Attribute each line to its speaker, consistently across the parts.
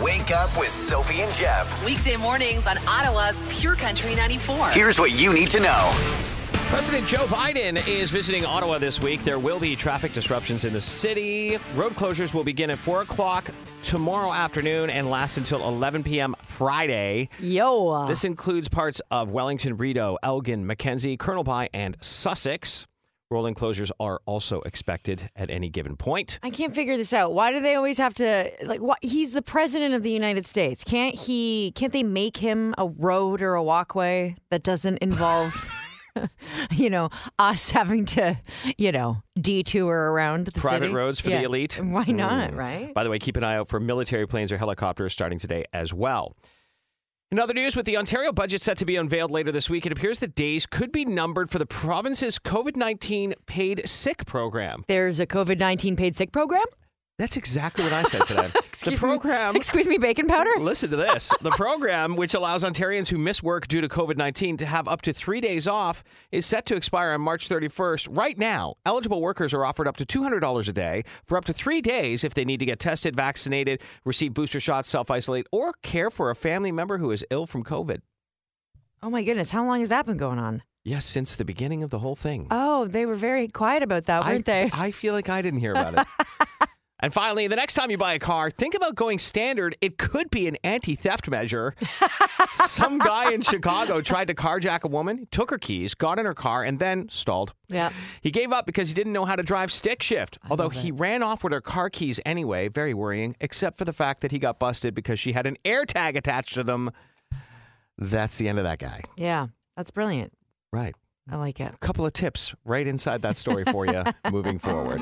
Speaker 1: Wake up with Sophie and Jeff.
Speaker 2: Weekday mornings on Ottawa's Pure Country 94.
Speaker 1: Here's what you need to know.
Speaker 3: President Joe Biden is visiting Ottawa this week. There will be traffic disruptions in the city. Road closures will begin at 4 o'clock tomorrow afternoon and last until 11 p.m. Friday.
Speaker 4: Yo.
Speaker 3: This includes parts of Wellington, Rideau, Elgin, Mackenzie, Colonel Pye, and Sussex. Rolling closures are also expected at any given point.
Speaker 4: I can't figure this out. Why do they always have to like why, he's the president of the United States. Can't he can't they make him a road or a walkway that doesn't involve you know, us having to, you know, detour around the
Speaker 3: Private
Speaker 4: city?
Speaker 3: roads for
Speaker 4: Yeah.
Speaker 3: the elite.
Speaker 4: Why not,
Speaker 3: Mm.
Speaker 4: right?
Speaker 3: By the way, keep an eye out for military planes or helicopters starting today as well. In other news, with the Ontario budget set to be unveiled later this week, it appears the days could be numbered for the province's COVID 19 paid sick program.
Speaker 4: There's a COVID-19 paid sick program?
Speaker 3: That's exactly what I said today. the
Speaker 4: Excuse me-
Speaker 3: program.
Speaker 4: Excuse me, bacon powder?
Speaker 3: Listen to this. The program, which allows Ontarians who miss work due to COVID 19 to have up to three days off, is set to expire on March 31st. Right now, eligible workers are offered up to $200 a day for up to three days if they need to get tested, vaccinated, receive booster shots, self isolate, or care for a family member who is ill from COVID.
Speaker 4: Oh my goodness, how long has that been going on?
Speaker 3: Yes, since the beginning of the whole thing.
Speaker 4: Oh, they were very quiet about that,
Speaker 3: I,
Speaker 4: weren't they?
Speaker 3: I feel like I didn't hear about it. and finally, the next time you buy a car, think about going standard. It could be an anti theft measure. Some guy in Chicago tried to carjack a woman, took her keys, got in her car, and then stalled.
Speaker 4: yeah.
Speaker 3: He gave up because he didn't know how to drive stick shift. Although
Speaker 4: love
Speaker 3: he ran off with her car keys anyway, very worrying, except for the fact that he got busted because she had an air tag attached to them. That's the end of that guy.
Speaker 4: Yeah. That's brilliant.
Speaker 3: Right.
Speaker 4: I like it.
Speaker 3: A couple of tips right inside that story for you moving forward.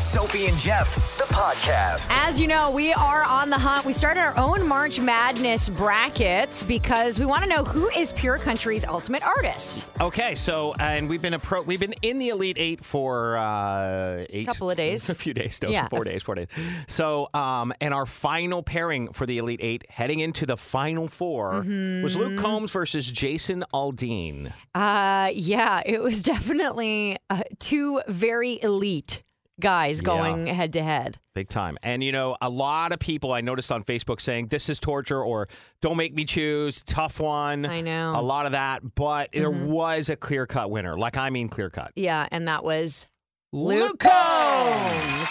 Speaker 1: Sophie and Jeff, the podcast.
Speaker 4: As you know, we are on the hunt. We started our own March Madness brackets because we want to know who is Pure Country's ultimate artist.
Speaker 3: Okay, so and we've been appro- we've been in the elite eight for uh, eight
Speaker 4: Couple of days.
Speaker 3: a few days, no,
Speaker 4: Yeah.
Speaker 3: four days, four days. So, um, and our final pairing for the elite eight, heading into the final 4
Speaker 4: Mm-hmm.
Speaker 3: was Luke Combs versus Jason Aldean.
Speaker 4: Uh, yeah, it was definitely uh, two very elite guys going head to head.
Speaker 3: Big time. And, you know, a lot of people I noticed on Facebook saying, this is torture or don't make me choose, tough one.
Speaker 4: I know. Mm-hmm.
Speaker 3: A lot of that. But there was a clear cut winner. Like, I mean, clear cut.
Speaker 4: Yeah, and that was
Speaker 3: Luke
Speaker 4: Combs.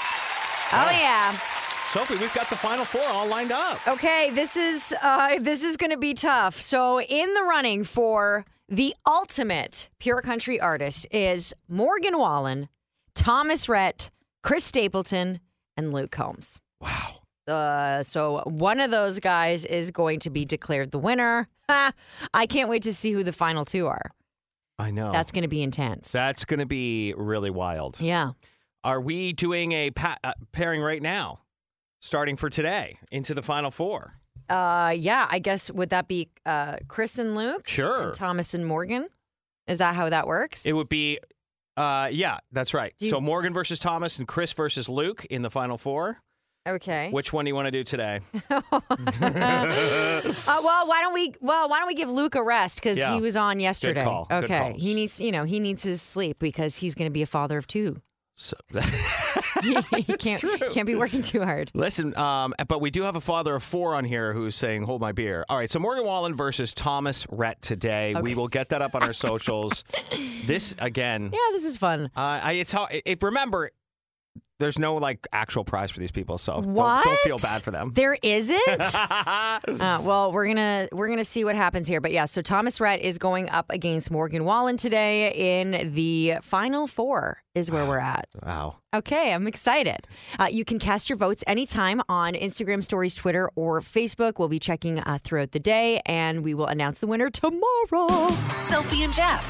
Speaker 4: Oh yeah.
Speaker 3: Sophie, we've got the final four all lined up.
Speaker 4: Okay, this is uh, this is going to be tough. So, in the running for the ultimate pure country artist is Morgan Wallen, Thomas Rhett, Chris Stapleton, and Luke Combs.
Speaker 3: Wow.
Speaker 4: Uh, so, one of those guys is going to be declared the winner. Ha, I can't wait to see who the final two are.
Speaker 3: I know.
Speaker 4: That's going to be intense.
Speaker 3: That's going to be really wild.
Speaker 4: yeah.
Speaker 3: Are we doing a pa- uh, pairing right now, starting for today into the final four?
Speaker 4: Uh, yeah. I guess would that be uh, Chris and Luke?
Speaker 3: Sure.
Speaker 4: And Thomas and Morgan. Is that how that works?
Speaker 3: It would be, uh, yeah, that's right.
Speaker 4: Do you-
Speaker 3: so Morgan versus Thomas and Chris versus Luke in the final four.
Speaker 4: okay.
Speaker 3: Which one do you want to do today?
Speaker 4: Uh, well, why don't we? Well, why don't we give Luke a rest because
Speaker 3: Yeah.
Speaker 4: he was on yesterday.
Speaker 3: call. Good
Speaker 4: Okay,
Speaker 3: calls.
Speaker 4: he needs you know he needs his sleep because he's going to be a father of two.
Speaker 3: So,
Speaker 4: he can't can't be working too hard.
Speaker 3: listen, um, but we do have a father of four on here who's saying, "Hold my beer." All right, so Morgan Wallen versus Thomas Rhett today. We will get that up on our socials. This again.
Speaker 4: Yeah, this is fun.
Speaker 3: Uh, I, it's how it, it. Remember, there's no like actual prize for these people, so don't-
Speaker 4: What?
Speaker 3: Don't, feel bad for them.
Speaker 4: There isn't. Uh, well, we're gonna we're gonna see what happens here. But yeah, so Thomas Rhett is going up against Morgan Wallen today in the final four. Is where we're at.
Speaker 3: wow.
Speaker 4: Okay, I'm excited. Uh, you can cast your votes anytime on Instagram stories, Twitter, or Facebook. We'll be checking uh, throughout the day, and we will announce the winner tomorrow.
Speaker 2: Sophie and Jeff,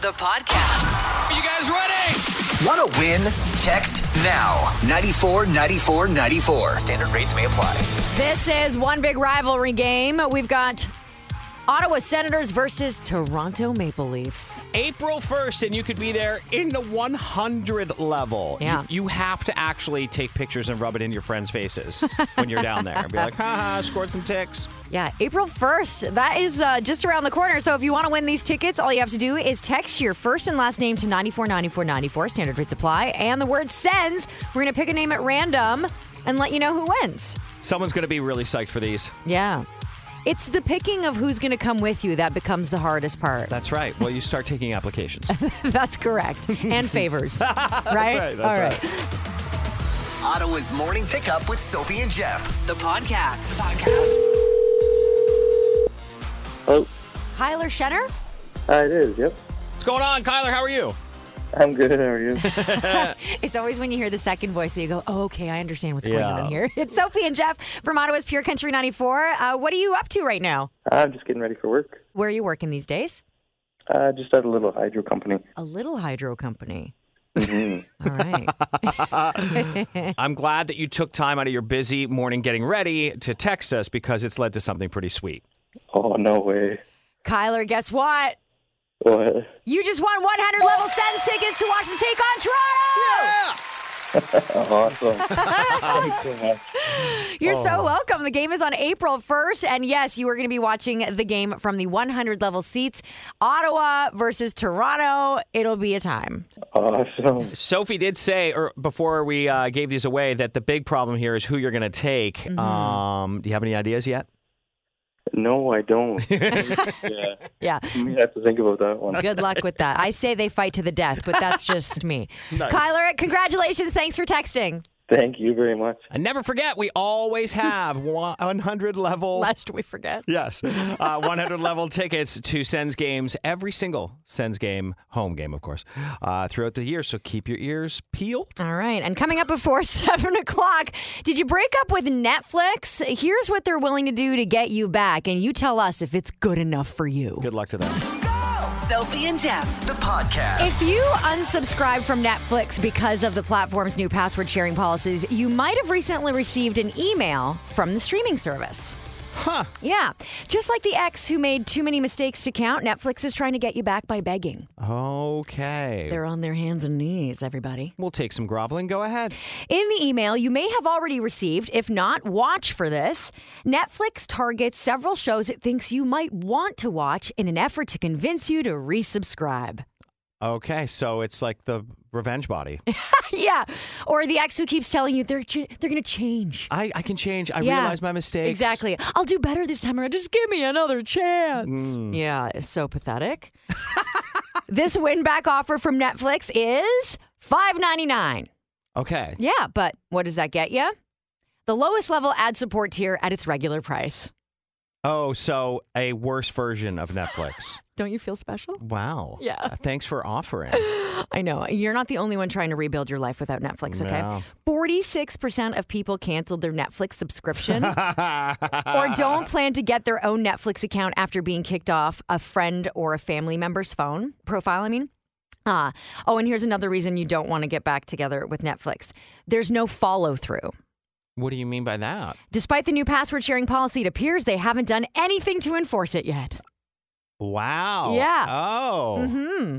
Speaker 2: the podcast.
Speaker 1: Want to win? Text now 94 94 94. Standard rates may apply.
Speaker 4: This is one big rivalry game. We've got Ottawa Senators versus Toronto Maple Leafs.
Speaker 3: April 1st, and you could be there in the 100 level. You-
Speaker 4: Yeah.
Speaker 3: You, have to actually take pictures and rub it in your friends' faces when you're down there and be like, haha, scored some ticks.
Speaker 4: Yeah, April 1st. That is uh, just around the corner. So if you want to win these tickets, all you have to do is text your first and last name to 949494. Standard rates apply. And the word sends. We're going to pick a name at random. and let you know who wins.
Speaker 3: Someone's going to be really psyched for these.
Speaker 4: Yeah. It's the picking of who's going to come with you that becomes the hardest part.
Speaker 3: That's right. Well, you start taking applications.
Speaker 4: That's correct. And favors. right?
Speaker 3: That's right. That's
Speaker 4: All
Speaker 3: right.
Speaker 1: Ottawa's morning pickup with Sophie and Jeff.
Speaker 2: The podcast.
Speaker 5: Oh,
Speaker 4: Kyler Shenner?
Speaker 5: uh, it is. Yep.
Speaker 3: What's going on, Kyler? How are you?
Speaker 5: I'm good. How are you?
Speaker 4: It's always when you hear the second voice that you go, oh, okay, I understand what's going
Speaker 3: Yeah.
Speaker 4: on here. It's Sophie and Jeff from Ottawa's Pure Country 94. Uh, what are you up to right now?
Speaker 5: I'm just getting ready for work.
Speaker 4: Where are you working these days?
Speaker 5: Uh, just at a little hydro company.
Speaker 4: A little hydro company.
Speaker 3: Mm-hmm.
Speaker 4: All right.
Speaker 3: I'm glad that you took time out of your busy morning getting ready to text us because it's led to something pretty sweet.
Speaker 5: Oh no way.
Speaker 4: Kyler, guess what?
Speaker 5: What?
Speaker 4: You just won 100 level sense tickets to watch the take on Toronto.
Speaker 5: Awesome. Thanks so much.
Speaker 4: You're so welcome. The game is on April 1st. And yes, you are going to be watching the game from the 100 level seats Ottawa versus Toronto. It'll be a time.
Speaker 5: Awesome.
Speaker 3: Sophie did say or before we uh, gave these away that the big problem here is who you're going to take.
Speaker 4: Mm-hmm.
Speaker 3: Um, do you have any ideas yet?
Speaker 5: No, I don't. yeah.
Speaker 4: Yeah.
Speaker 5: We have to think about that one.
Speaker 4: Good luck with that. I say they fight to the death, but that's just me. Kyler, congratulations. Thanks for texting.
Speaker 5: Thank you very much.
Speaker 3: And never forget, we always have 100 level.
Speaker 4: Lest we forget.
Speaker 3: Yes. Uh, 100 level tickets to Sens games, every single Sens game, home game, of course, uh, throughout the year. So keep your ears peeled.
Speaker 4: All right. And coming up before seven o'clock, did you break up with Netflix? Here's what they're willing to do to get you back. And you tell us if it's good enough for you.
Speaker 3: Good luck to them.
Speaker 2: Sophie and Jeff.
Speaker 1: The podcast.
Speaker 4: If you unsubscribe from Netflix because of the platform's new password sharing policies, you might have recently received an email from the streaming service.
Speaker 3: Huh.
Speaker 4: Yeah. Just like the ex who made too many mistakes to count, Netflix is trying to get you back by begging.
Speaker 3: Okay.
Speaker 4: They're on their hands and knees, everybody.
Speaker 3: We'll take some groveling. Go ahead.
Speaker 4: In the email you may have already received, if not, watch for this. Netflix targets several shows it thinks you might want to watch in an effort to convince you to resubscribe.
Speaker 3: Okay. So it's like the revenge body.
Speaker 4: yeah. Or the ex who keeps telling you they're ch- they're going to change.
Speaker 3: I, I can change. I
Speaker 4: Yeah.
Speaker 3: realize my mistakes.
Speaker 4: Exactly. I'll do better this time around. Just give me another chance. Yeah, it's so pathetic. this win back offer from Netflix is $5.99.
Speaker 3: Okay.
Speaker 4: Yeah, but what does that get you? The lowest level ad support tier at its regular price.
Speaker 3: Oh, so a worse version of Netflix.
Speaker 4: Don't you feel special?
Speaker 3: Wow. Uh,
Speaker 4: Yeah.
Speaker 3: Thanks for offering.
Speaker 4: I know. You're not the only one trying to rebuild your life without Netflix, okay?
Speaker 3: No.
Speaker 4: 46% of people canceled their Netflix subscription or don't plan to get their own Netflix account after being kicked off a friend or a family member's phone profile, I mean. Ah, oh, and here's another reason you don't want to get back together with Netflix. There's no follow through.
Speaker 3: What do you mean by that?
Speaker 4: Despite the new password sharing policy, it appears they haven't done anything to enforce it yet.
Speaker 3: Wow.
Speaker 4: Yeah.
Speaker 3: Oh.
Speaker 4: Hmm.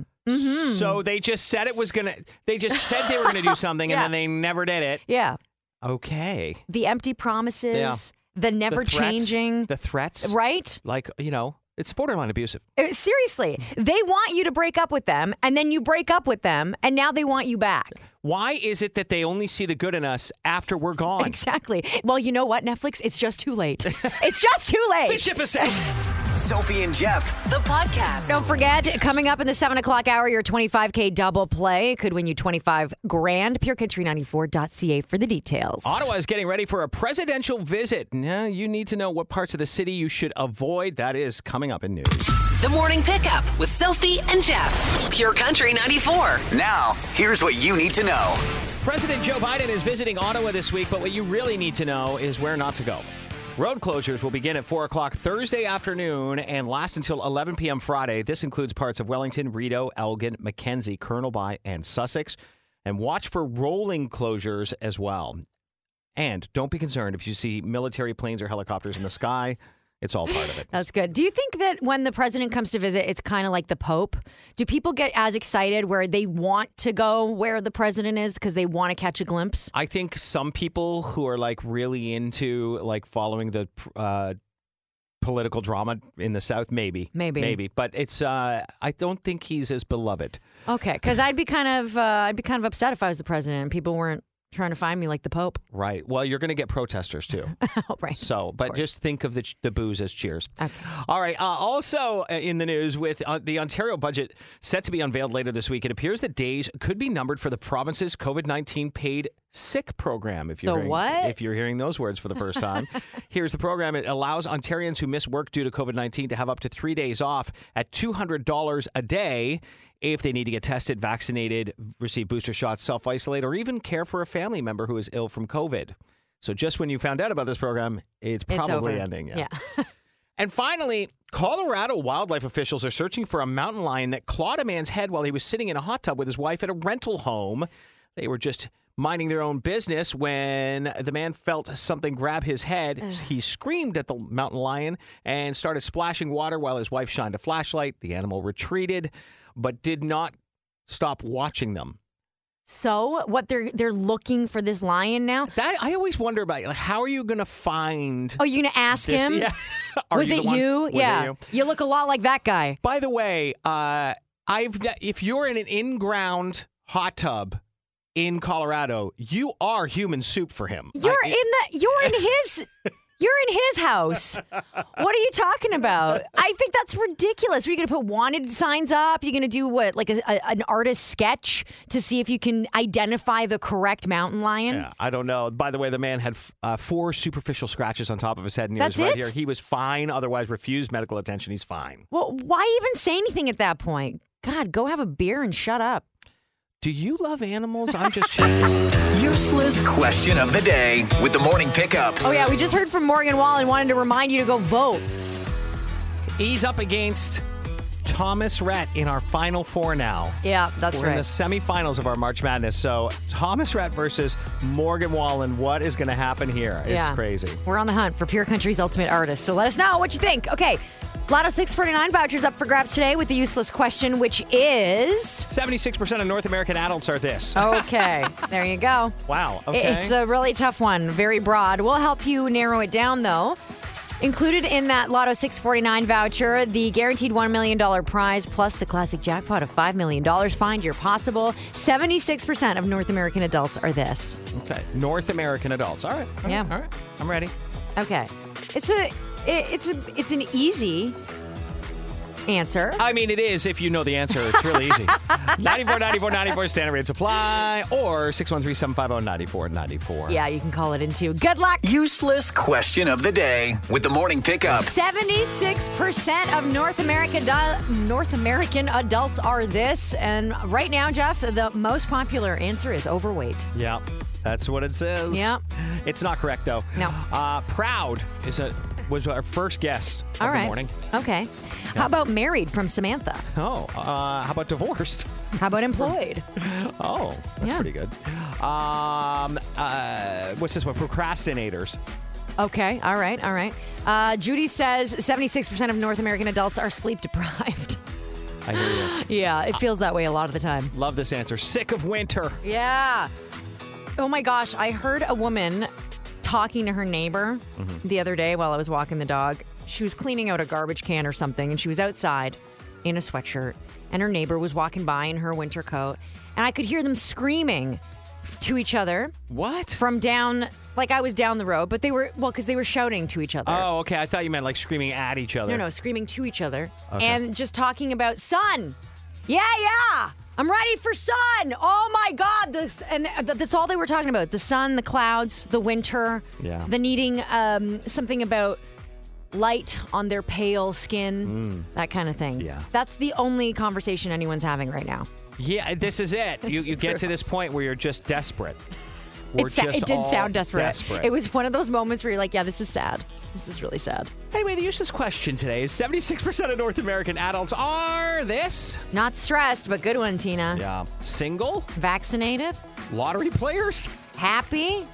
Speaker 3: So they just said it was gonna. They just said they were gonna do something,
Speaker 4: Yeah.
Speaker 3: and then they never did it.
Speaker 4: Yeah.
Speaker 3: Okay.
Speaker 4: The empty promises, the
Speaker 3: The
Speaker 4: never
Speaker 3: threats-
Speaker 4: changing,
Speaker 3: The threats.
Speaker 4: right?
Speaker 3: Like you know, it's borderline abusive.
Speaker 4: Uh, Seriously, they want you to break up with them, and then you break up with them, and now they want you back.
Speaker 3: Why is it that they only see the good in us after we're gone?
Speaker 4: Exactly. Well, you know what, Netflix? It's just too late. It's just too
Speaker 3: The
Speaker 4: late.
Speaker 3: ship is sailed.
Speaker 1: Sophie and Jeff.
Speaker 2: The podcast.
Speaker 4: Don't forget, coming up in the 7 o'clock hour, your 25K double play could win you 25 grand. PureCountry94.ca for the details.
Speaker 3: Ottawa is getting ready for a presidential visit. Now you need to know what parts of the city you should avoid. That is coming up in news.
Speaker 2: The morning pickup with Sophie and Jeff. Pure Country 94.
Speaker 1: Now, here's what you need to know.
Speaker 3: President Joe Biden is visiting Ottawa this week, but what you really need to know is where not to go. Road closures will begin at 4 o'clock Thursday afternoon and last until 11 p.m. Friday. This includes parts of Wellington, Rideau, Elgin, Mackenzie, Colonel By, and Sussex. And watch for rolling closures as well. And don't be concerned if you see military planes or helicopters in the sky. It's all part of it.
Speaker 4: That's good. Do you think that when the president comes to visit, it's kind of like the Pope? Do people get as excited where they want to go where the president is because they want to catch a glimpse?
Speaker 3: I think some people who are like really into like following the uh, political drama in the South, maybe,
Speaker 4: Maybe.
Speaker 3: maybe, but it's uh, I don't think he's as beloved.
Speaker 4: Okay, because I'd be kind of uh, I'd be kind of upset if I was the president and people weren't trying to find me like the Pope.
Speaker 3: Right. Well, you're going to get protesters too.
Speaker 4: Oh, right.
Speaker 3: So, but
Speaker 4: course.
Speaker 3: just think of the, ch- the booze as cheers. All right. Uh, also uh, in the news with uh, the Ontario budget set to be unveiled later this week, it appears that days could be numbered for the province's COVID 19 paid sick program. If you're
Speaker 4: The
Speaker 3: hearing,
Speaker 4: what?
Speaker 3: If you're hearing those words for the first time, here's the program. It allows Ontarians who miss work due to COVID 19 to have up to three days off at $200 a day. If they need to get tested, vaccinated, receive booster shots, self isolate, or even care for a family member who is ill from COVID. So just when you found out about this program, it's
Speaker 4: It's
Speaker 3: probably
Speaker 4: over.
Speaker 3: ending. Yeah. And finally, Colorado wildlife officials are searching for a mountain lion that clawed a man's head while he was sitting in a hot tub with his wife at a rental home. They were just minding their own business when the man felt something grab his head. he screamed at the mountain lion and started splashing water while his wife shined a flashlight. The animal retreated, but did not stop watching them.
Speaker 4: So what they're they're looking for this lion now?
Speaker 3: That I always wonder about. Like, how are you going to find?
Speaker 4: Oh, you gonna ask
Speaker 3: this-
Speaker 4: him?
Speaker 3: Yeah. Are
Speaker 4: Was,
Speaker 3: you the
Speaker 4: it
Speaker 3: one?
Speaker 4: you?
Speaker 3: Was it
Speaker 4: yeah.
Speaker 3: you?
Speaker 4: look a lot like that guy.
Speaker 3: By the way, uh, I've ne- if you're in an in-ground hot tub in Colorado, you are human soup for him. I- e
Speaker 4: You're in the you're in his you're in his house. What are you talking about? I think that's ridiculous. Are you gonna put wanted signs up? You're gonna do what, like a, a- an artist sketch to see if you can identify the correct mountain lion?
Speaker 3: yeah, I don't know. By the way, the man had f- uh, four superficial scratches on top of his head near his
Speaker 4: That's
Speaker 3: right
Speaker 4: it?
Speaker 3: ear. He was fine. Otherwise, refused medical attention. He's fine.
Speaker 4: Well, why even say anything at that point? God, go have a beer and shut up.
Speaker 3: Do you love animals? I'm just checking.
Speaker 1: Useless question of the day with the morning pickup.
Speaker 4: Oh yeah, we just heard from Morgan Wall and wanted to remind you to go vote.
Speaker 3: He's up against Thomas Rhett in our final four now.
Speaker 4: Yeah, that's
Speaker 3: We're in the semifinals of our March Madness. So Thomas Rhett versus Morgan Wallen. What is going to happen here? It's
Speaker 4: Yeah.
Speaker 3: crazy.
Speaker 4: We're on the hunt for Pure Country's ultimate artist. So let us know what you think. Okay. Lotto 649 vouchers up for grabs today with the useless question, which is.
Speaker 3: 76% of North American adults are this.
Speaker 4: Okay, there you go.
Speaker 3: Wow.
Speaker 4: I-
Speaker 3: Okay.
Speaker 4: Oh. It's a really tough one, very broad. We'll help you narrow it down, though. Included in that Lotto 649 voucher, the guaranteed $1 million prize plus the classic jackpot of $5 million. Find your possible. 76% of North American adults are this.
Speaker 3: okay. North American adults. All right. All right,
Speaker 4: Yeah.
Speaker 3: All right. I'm ready.
Speaker 4: Okay. It's a it, it's a it's an easy answer.
Speaker 3: I mean, it is if you know the answer. It's really easy. 94, 94, 94, standard rate supply or 613 750 9494.
Speaker 4: Yeah, you can call it into. Good luck.
Speaker 1: Useless question of the day with the morning pickup.
Speaker 4: 76% of North American du- North American adults are this and right now Jeff the most popular answer is overweight.
Speaker 3: Yeah. That's what it says.
Speaker 4: Yep.
Speaker 3: It's not correct, though.
Speaker 4: No.
Speaker 3: Uh, proud is a, was our first guest of
Speaker 4: All
Speaker 3: the
Speaker 4: right.
Speaker 3: morning.
Speaker 4: Okay. How about married from Samantha?
Speaker 3: Oh, uh, how about divorced?
Speaker 4: How about employed?
Speaker 3: Oh, that's
Speaker 4: Yeah.
Speaker 3: pretty good. Um, uh, what's this one? Procrastinators.
Speaker 4: okay. All right. All right. Uh, Judy says 76% of North American adults are sleep deprived.
Speaker 3: I hear you.
Speaker 4: yeah,
Speaker 3: Uh,
Speaker 4: it feels that way a lot of the time.
Speaker 3: Love this answer. Sick of winter.
Speaker 4: Yeah. Oh my gosh, I heard a woman talking to her neighbor the other day while I was walking the dog. She was cleaning out a garbage can or something, and she was outside in a sweatshirt, and her neighbor was walking by in her winter coat, and I could hear them screaming f- to each other
Speaker 3: What?
Speaker 4: from down, like I was down the road, but they were, well, because they were shouting to each other.
Speaker 3: Oh, okay. I thought you meant like screaming at each other.
Speaker 4: No, no, screaming to each other and just talking about sun. Yeah, yeah. I'm ready for sun. Oh my God! This and uh, th- that's all they were talking about: the sun, the clouds, the winter,
Speaker 3: Yeah.
Speaker 4: the needing um, something about light on their pale skin, that kind of thing.
Speaker 3: Mm. Yeah.
Speaker 4: that's the only conversation anyone's having right now.
Speaker 3: Yeah, this is it. You,
Speaker 4: It's
Speaker 3: you get to
Speaker 4: brutal.
Speaker 3: this point where you're just desperate. We're
Speaker 4: It, sa-
Speaker 3: just
Speaker 4: it did
Speaker 3: all
Speaker 4: sound desperate.
Speaker 3: desperate.
Speaker 4: It was one of those moments where you're like, "Yeah, this is sad. This is really sad."
Speaker 3: Anyway, the useless question today is 76% of North American adults are this.
Speaker 4: Not stressed, but good one, Tina.
Speaker 3: Yeah. Single,
Speaker 4: Vaccinated,
Speaker 3: lottery players,
Speaker 4: happy,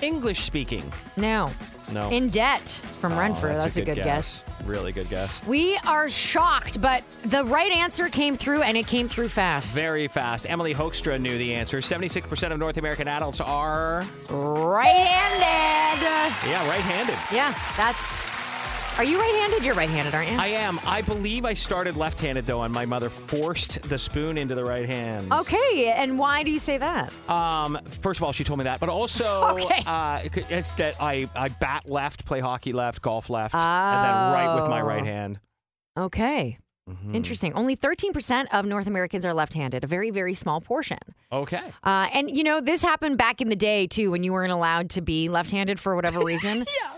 Speaker 3: English speaking.
Speaker 4: No.
Speaker 3: No.
Speaker 4: In debt from
Speaker 3: Oh,
Speaker 4: Renfrew. That's, a good, guess.
Speaker 3: Really good guess.
Speaker 4: We are shocked, but the right answer came through and it came through fast.
Speaker 3: Very fast. Emily Hoekstra knew the answer. 76% of North American adults are,
Speaker 4: Right handed.
Speaker 3: yeah, right handed.
Speaker 4: Yeah, that's Are you right-handed? You're right-handed, aren't you?
Speaker 3: I am. I believe I started left-handed though, and my mother forced the spoon into the right hand.
Speaker 4: okay, and why do you say that?
Speaker 3: Um, first of all, she told me that, but also
Speaker 4: Okay.
Speaker 3: uh, it's that I, I bat left, play hockey left, golf left, and then right with my right
Speaker 4: Oh.
Speaker 3: hand.
Speaker 4: Okay. Interesting. Only 13% of North Americans are left handed, a very, very small portion.
Speaker 3: Okay.
Speaker 4: Uh, and, you know, this happened back in the day, too, when you weren't allowed to be left handed for whatever reason. yeah.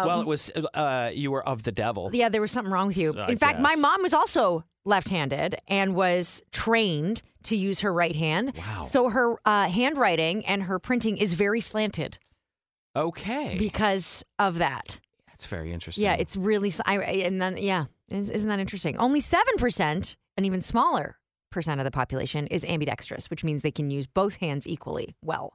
Speaker 4: Um,
Speaker 3: well, it was uh, you were of the devil.
Speaker 4: yeah, there was something wrong with you.
Speaker 3: I
Speaker 4: in fact, my
Speaker 3: guess.
Speaker 4: mom was also left handed and was trained to use her right hand.
Speaker 3: Wow.
Speaker 4: So her uh, handwriting and her printing is very slanted
Speaker 3: Okay.
Speaker 4: because of that.
Speaker 3: That's very interesting.
Speaker 4: Yeah, it's really. s- I I- and then yeah, is- isn't that interesting? Only seven percent, an even smaller percent of the population is ambidextrous, which means they can use both hands equally well.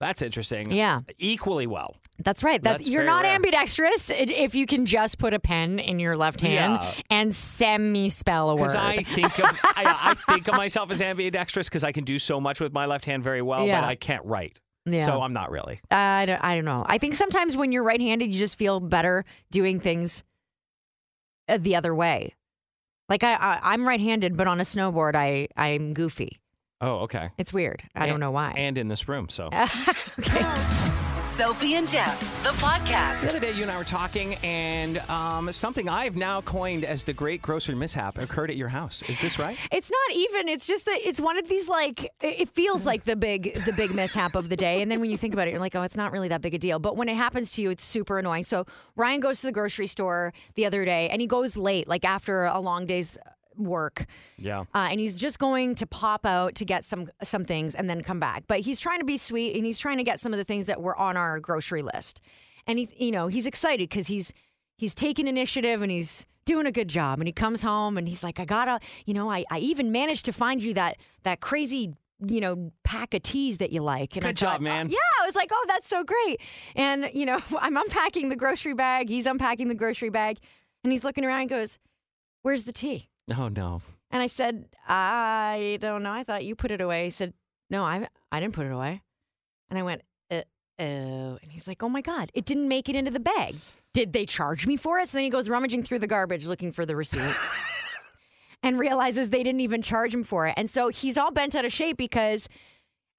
Speaker 3: that's interesting.
Speaker 4: Yeah.
Speaker 3: Equally well.
Speaker 4: That's right. That's,
Speaker 3: That's
Speaker 4: you're
Speaker 3: very
Speaker 4: not
Speaker 3: rare.
Speaker 4: ambidextrous i- if you can just put a pen in your left hand
Speaker 3: Yeah.
Speaker 4: and semi spell a word.
Speaker 3: Because I think of I, I think of myself as ambidextrous because I can do so much with my left hand very well,
Speaker 4: Yeah.
Speaker 3: but I can't write.
Speaker 4: Yeah.
Speaker 3: So I'm not really.
Speaker 4: I don't, I don't know. I think sometimes when you're right handed, you just feel better doing things uh, the other way. Like I, I I'm right handed, but on a snowboard, I I'm goofy.
Speaker 3: Oh, okay.
Speaker 4: It's weird. I don't know why.
Speaker 3: And in this room, so.
Speaker 4: okay.
Speaker 2: Sophie and Jeff, the
Speaker 3: The
Speaker 2: podcast.
Speaker 3: other day, you and I were talking, and um, something I've now coined as the great grocery mishap occurred at your house. Is this right?
Speaker 4: It's not even. It's just that it's one of these like it- it feels like the big the big mishap of the day, and then when you think about it, you're like, oh, it's not really that big a deal. But when it happens to you, it's super annoying. So Ryan goes to the grocery store the other day, and he goes late, like after a long day's work.
Speaker 3: Yeah.
Speaker 4: Uh, and he's just going to pop out to get some some things and then come back. But he's trying to be sweet and he's trying to get some of the things that were on our grocery list. And he, you know, he's excited because he's he's taking initiative and he's doing a good job. And he comes home and he's like, I gotta, you know, I, I even managed to find you that that crazy. You know, pack of teas that you like. And I
Speaker 3: Good job,
Speaker 4: thought,
Speaker 3: man.
Speaker 4: "Oh, yeah, I was like, oh, that's so great. And you know, I'm unpacking the grocery bag. He's unpacking the grocery bag, and he's looking around and goes, "Where's the tea?"
Speaker 3: Oh, no.
Speaker 4: And I said, I don't know. I thought you put it away. He said, No, I, I didn't put it away. And I went, uh, oh. And he's like, Oh my God, it didn't make it into the bag. Did they charge me for it? So then he goes rummaging through the garbage looking for the receipt and realizes they didn't even charge him for it. And so he's all bent out of shape because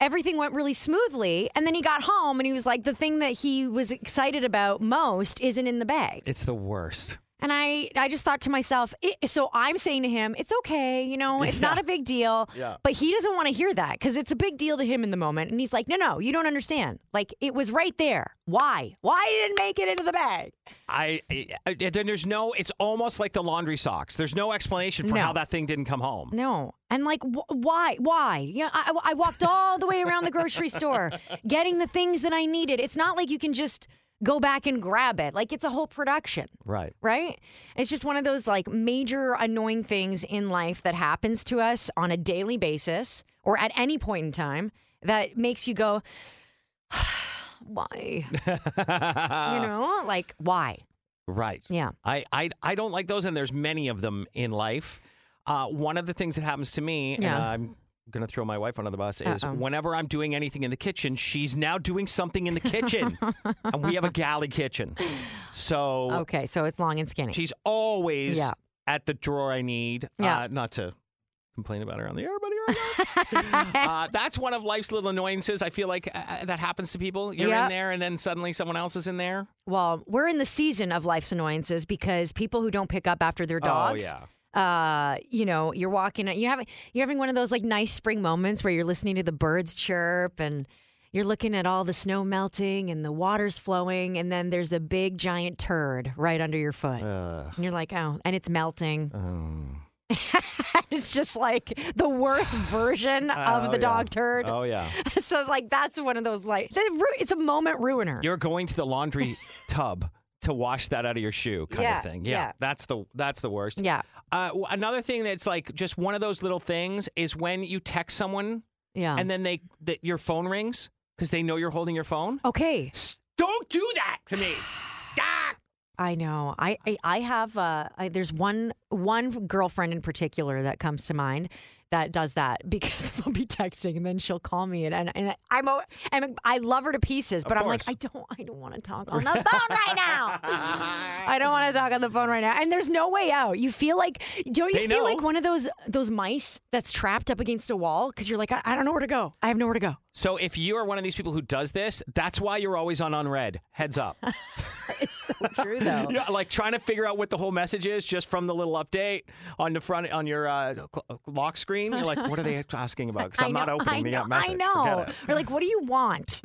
Speaker 4: everything went really smoothly. And then he got home and he was like, The thing that he was excited about most isn't in the bag.
Speaker 3: It's the worst.
Speaker 4: And I, I just thought to myself, it, so I'm saying to him, it's okay, you know, it's not a big deal.
Speaker 3: Yeah.
Speaker 4: But he doesn't want to hear that because it's a big deal to him in the moment. And he's like, no, no, you don't understand. Like, it was right there. Why? Why didn't it make it into the bag?
Speaker 3: I, I- I- then there's no. It's almost like the laundry socks. There's no explanation for
Speaker 4: No.
Speaker 3: how that thing didn't come home.
Speaker 4: No. And like, wh- why? Why? Yeah, I, I walked all the way around the grocery store getting the things that I needed. It's not like you can just go back and grab it. Like, it's a whole production.
Speaker 3: Right.
Speaker 4: right? It's just one of those like major annoying things in life that happens to us on a daily basis or at any point in time that makes you go, why?
Speaker 3: Uh,
Speaker 4: you know, like why?
Speaker 3: Right.
Speaker 4: Yeah.
Speaker 3: I, I I don't like those, and there's many of them in life. Uh, one of the things that happens to me,
Speaker 4: Yeah.
Speaker 3: and I'm going to throw my wife under the bus, is
Speaker 4: Uh-oh.
Speaker 3: whenever I'm doing anything in the kitchen, she's now doing something in the kitchen, and we have a galley kitchen, so
Speaker 4: Okay, so it's long and skinny.
Speaker 3: she's always
Speaker 4: Yeah.
Speaker 3: at the drawer I need.
Speaker 4: Yeah.
Speaker 3: Uh, not to complain about her on the air, buddy. Right now. uh, that's one of life's little annoyances. I feel like uh, that happens to people. You're
Speaker 4: Yeah.
Speaker 3: in there, and then suddenly someone else is in there.
Speaker 4: Well, we're in the season of life's annoyances because people who don't pick up after their
Speaker 3: Oh,
Speaker 4: dogs.
Speaker 3: yeah.
Speaker 4: Uh, you know, you're walking. You have you're having one of those like nice spring moments where you're listening to the birds chirp and you're looking at all the snow melting and the water's flowing, and then there's a big giant turd right under your foot, and you're like, oh, and it's melting.
Speaker 3: Um,
Speaker 4: it's just like the worst version of the dog turd.
Speaker 3: Oh yeah.
Speaker 4: so like that's one of those like that ru- it's a moment ruiner.
Speaker 3: You're going to the laundry tub to wash that out of your shoe kind
Speaker 4: Yeah,
Speaker 3: of thing. Yeah,
Speaker 4: yeah.
Speaker 3: That's the that's the worst.
Speaker 4: yeah,
Speaker 3: Uh, w- another thing that's like just one of those little things is when you text someone
Speaker 4: yeah.
Speaker 3: and then they that your phone rings because they know you're holding your
Speaker 4: Oh,
Speaker 3: phone.
Speaker 4: okay.
Speaker 3: S- Don't do that to me. Ah!
Speaker 4: I know. I I, I have. Uh, I, there's one one girlfriend in particular that comes to mind that does that because we'll be texting and then she'll call me and and, and I'm, al- I'm I love her to pieces, but I'm like
Speaker 3: course.
Speaker 4: I don't I don't want to talk on the phone right now. I don't want to talk on the phone right now, and there's no way out. You feel like don't you
Speaker 3: They
Speaker 4: feel
Speaker 3: know.
Speaker 4: like one of those those mice that's trapped up against a wall because you're like I, I don't know where to go. I have nowhere to go.
Speaker 3: So if you are one of these people who does this, that's why you're always on unread. Heads up.
Speaker 4: It's so true though.
Speaker 3: yeah, like trying to figure out what the whole message is just from the little update on the front on your uh, cl- lock screen. You're like, what are they asking about? Because I'm
Speaker 4: I
Speaker 3: not
Speaker 4: know,
Speaker 3: opening
Speaker 4: I
Speaker 3: the
Speaker 4: know,
Speaker 3: uh, message.
Speaker 4: I
Speaker 3: Forget
Speaker 4: know.
Speaker 3: it.
Speaker 4: Or like, what do you want?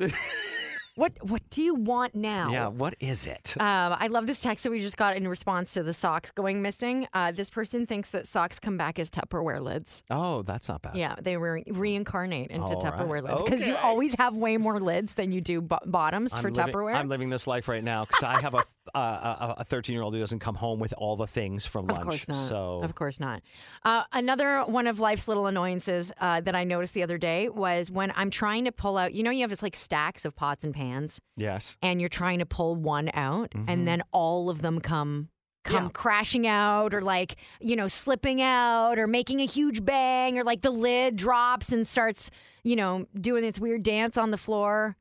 Speaker 4: what What do you want now?
Speaker 3: Yeah, what is it?
Speaker 4: Um, I love this text that we just got in response to the socks going missing. Uh, this person thinks that socks come back as Tupperware lids.
Speaker 3: oh, that's not bad.
Speaker 4: Yeah, they re- reincarnate into
Speaker 3: All right.
Speaker 4: Tupperware lids because you
Speaker 3: Okay.
Speaker 4: always have way more lids than you do bo- bottoms
Speaker 3: I'm
Speaker 4: for
Speaker 3: living,
Speaker 4: Tupperware.
Speaker 3: I'm living this life right now because I have a uh, a- a 13 year old who doesn't come home with all the things from lunch.
Speaker 4: Of course not.
Speaker 3: So
Speaker 4: Of course not. Uh, another one of life's little annoyances uh, that I noticed the other day was when I'm trying to pull out. You know, you have this like stacks of pots and pans.
Speaker 3: yes,
Speaker 4: and you're trying to pull one out
Speaker 3: Mm-hmm.
Speaker 4: and then all of them come come crashing out or like you know slipping out or making a huge bang or like the lid drops and starts you know doing its weird dance on the floor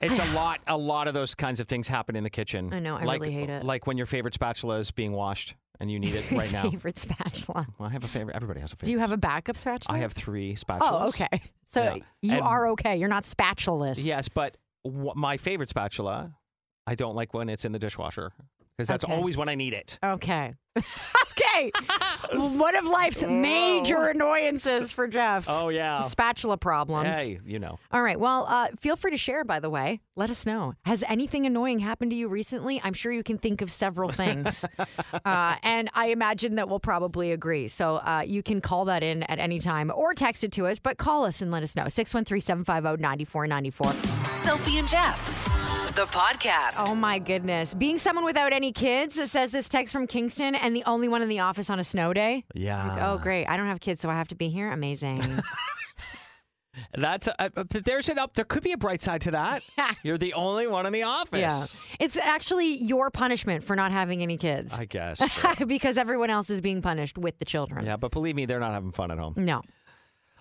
Speaker 3: it's a lot. A lot of those kinds of things happen in the kitchen.
Speaker 4: I know, I
Speaker 3: like,
Speaker 4: really hate it.
Speaker 3: Like when your favorite spatula is being washed and you need it right now.
Speaker 4: favorite spatula
Speaker 3: Well, I have a favorite. Everybody has a favorite.
Speaker 4: do you have a backup spatula
Speaker 3: I have three spatulas.
Speaker 4: oh okay so
Speaker 3: Yeah.
Speaker 4: you
Speaker 3: And-
Speaker 4: are okay you're not spatuleless
Speaker 3: Yes, but w- my favorite spatula, I don't like when it's in the dishwasher because that's
Speaker 4: Okay.
Speaker 3: always when I need it.
Speaker 4: okay okay one of life's major annoyances for jeff
Speaker 3: Oh yeah.
Speaker 4: spatula problems
Speaker 3: Hey, you know.
Speaker 4: All right. Well, uh, feel free to share, by the way. Let us know. Has anything annoying happened to you recently? I'm sure you can think of several things. uh, and I imagine that we'll probably agree. So uh, you can call that in at any time or text it to us, but call us and let us know. 613 750 9494.
Speaker 2: Sophie and Jeff, the podcast.
Speaker 4: Oh, my goodness. Being someone without any kids, it says this text from Kingston and the only one in the office on a snow day.
Speaker 3: Yeah.
Speaker 4: Like, oh, great. I don't have kids, so I have to be here. Amazing.
Speaker 3: That's a, uh, there's an up. There could be a bright side to that. You're the only one in the
Speaker 4: yeah.
Speaker 3: office.
Speaker 4: It's actually your punishment for not having any kids.
Speaker 3: I guess. sure.
Speaker 4: because everyone else is being punished with the children.
Speaker 3: yeah, but believe me, they're not having fun at home.
Speaker 4: No.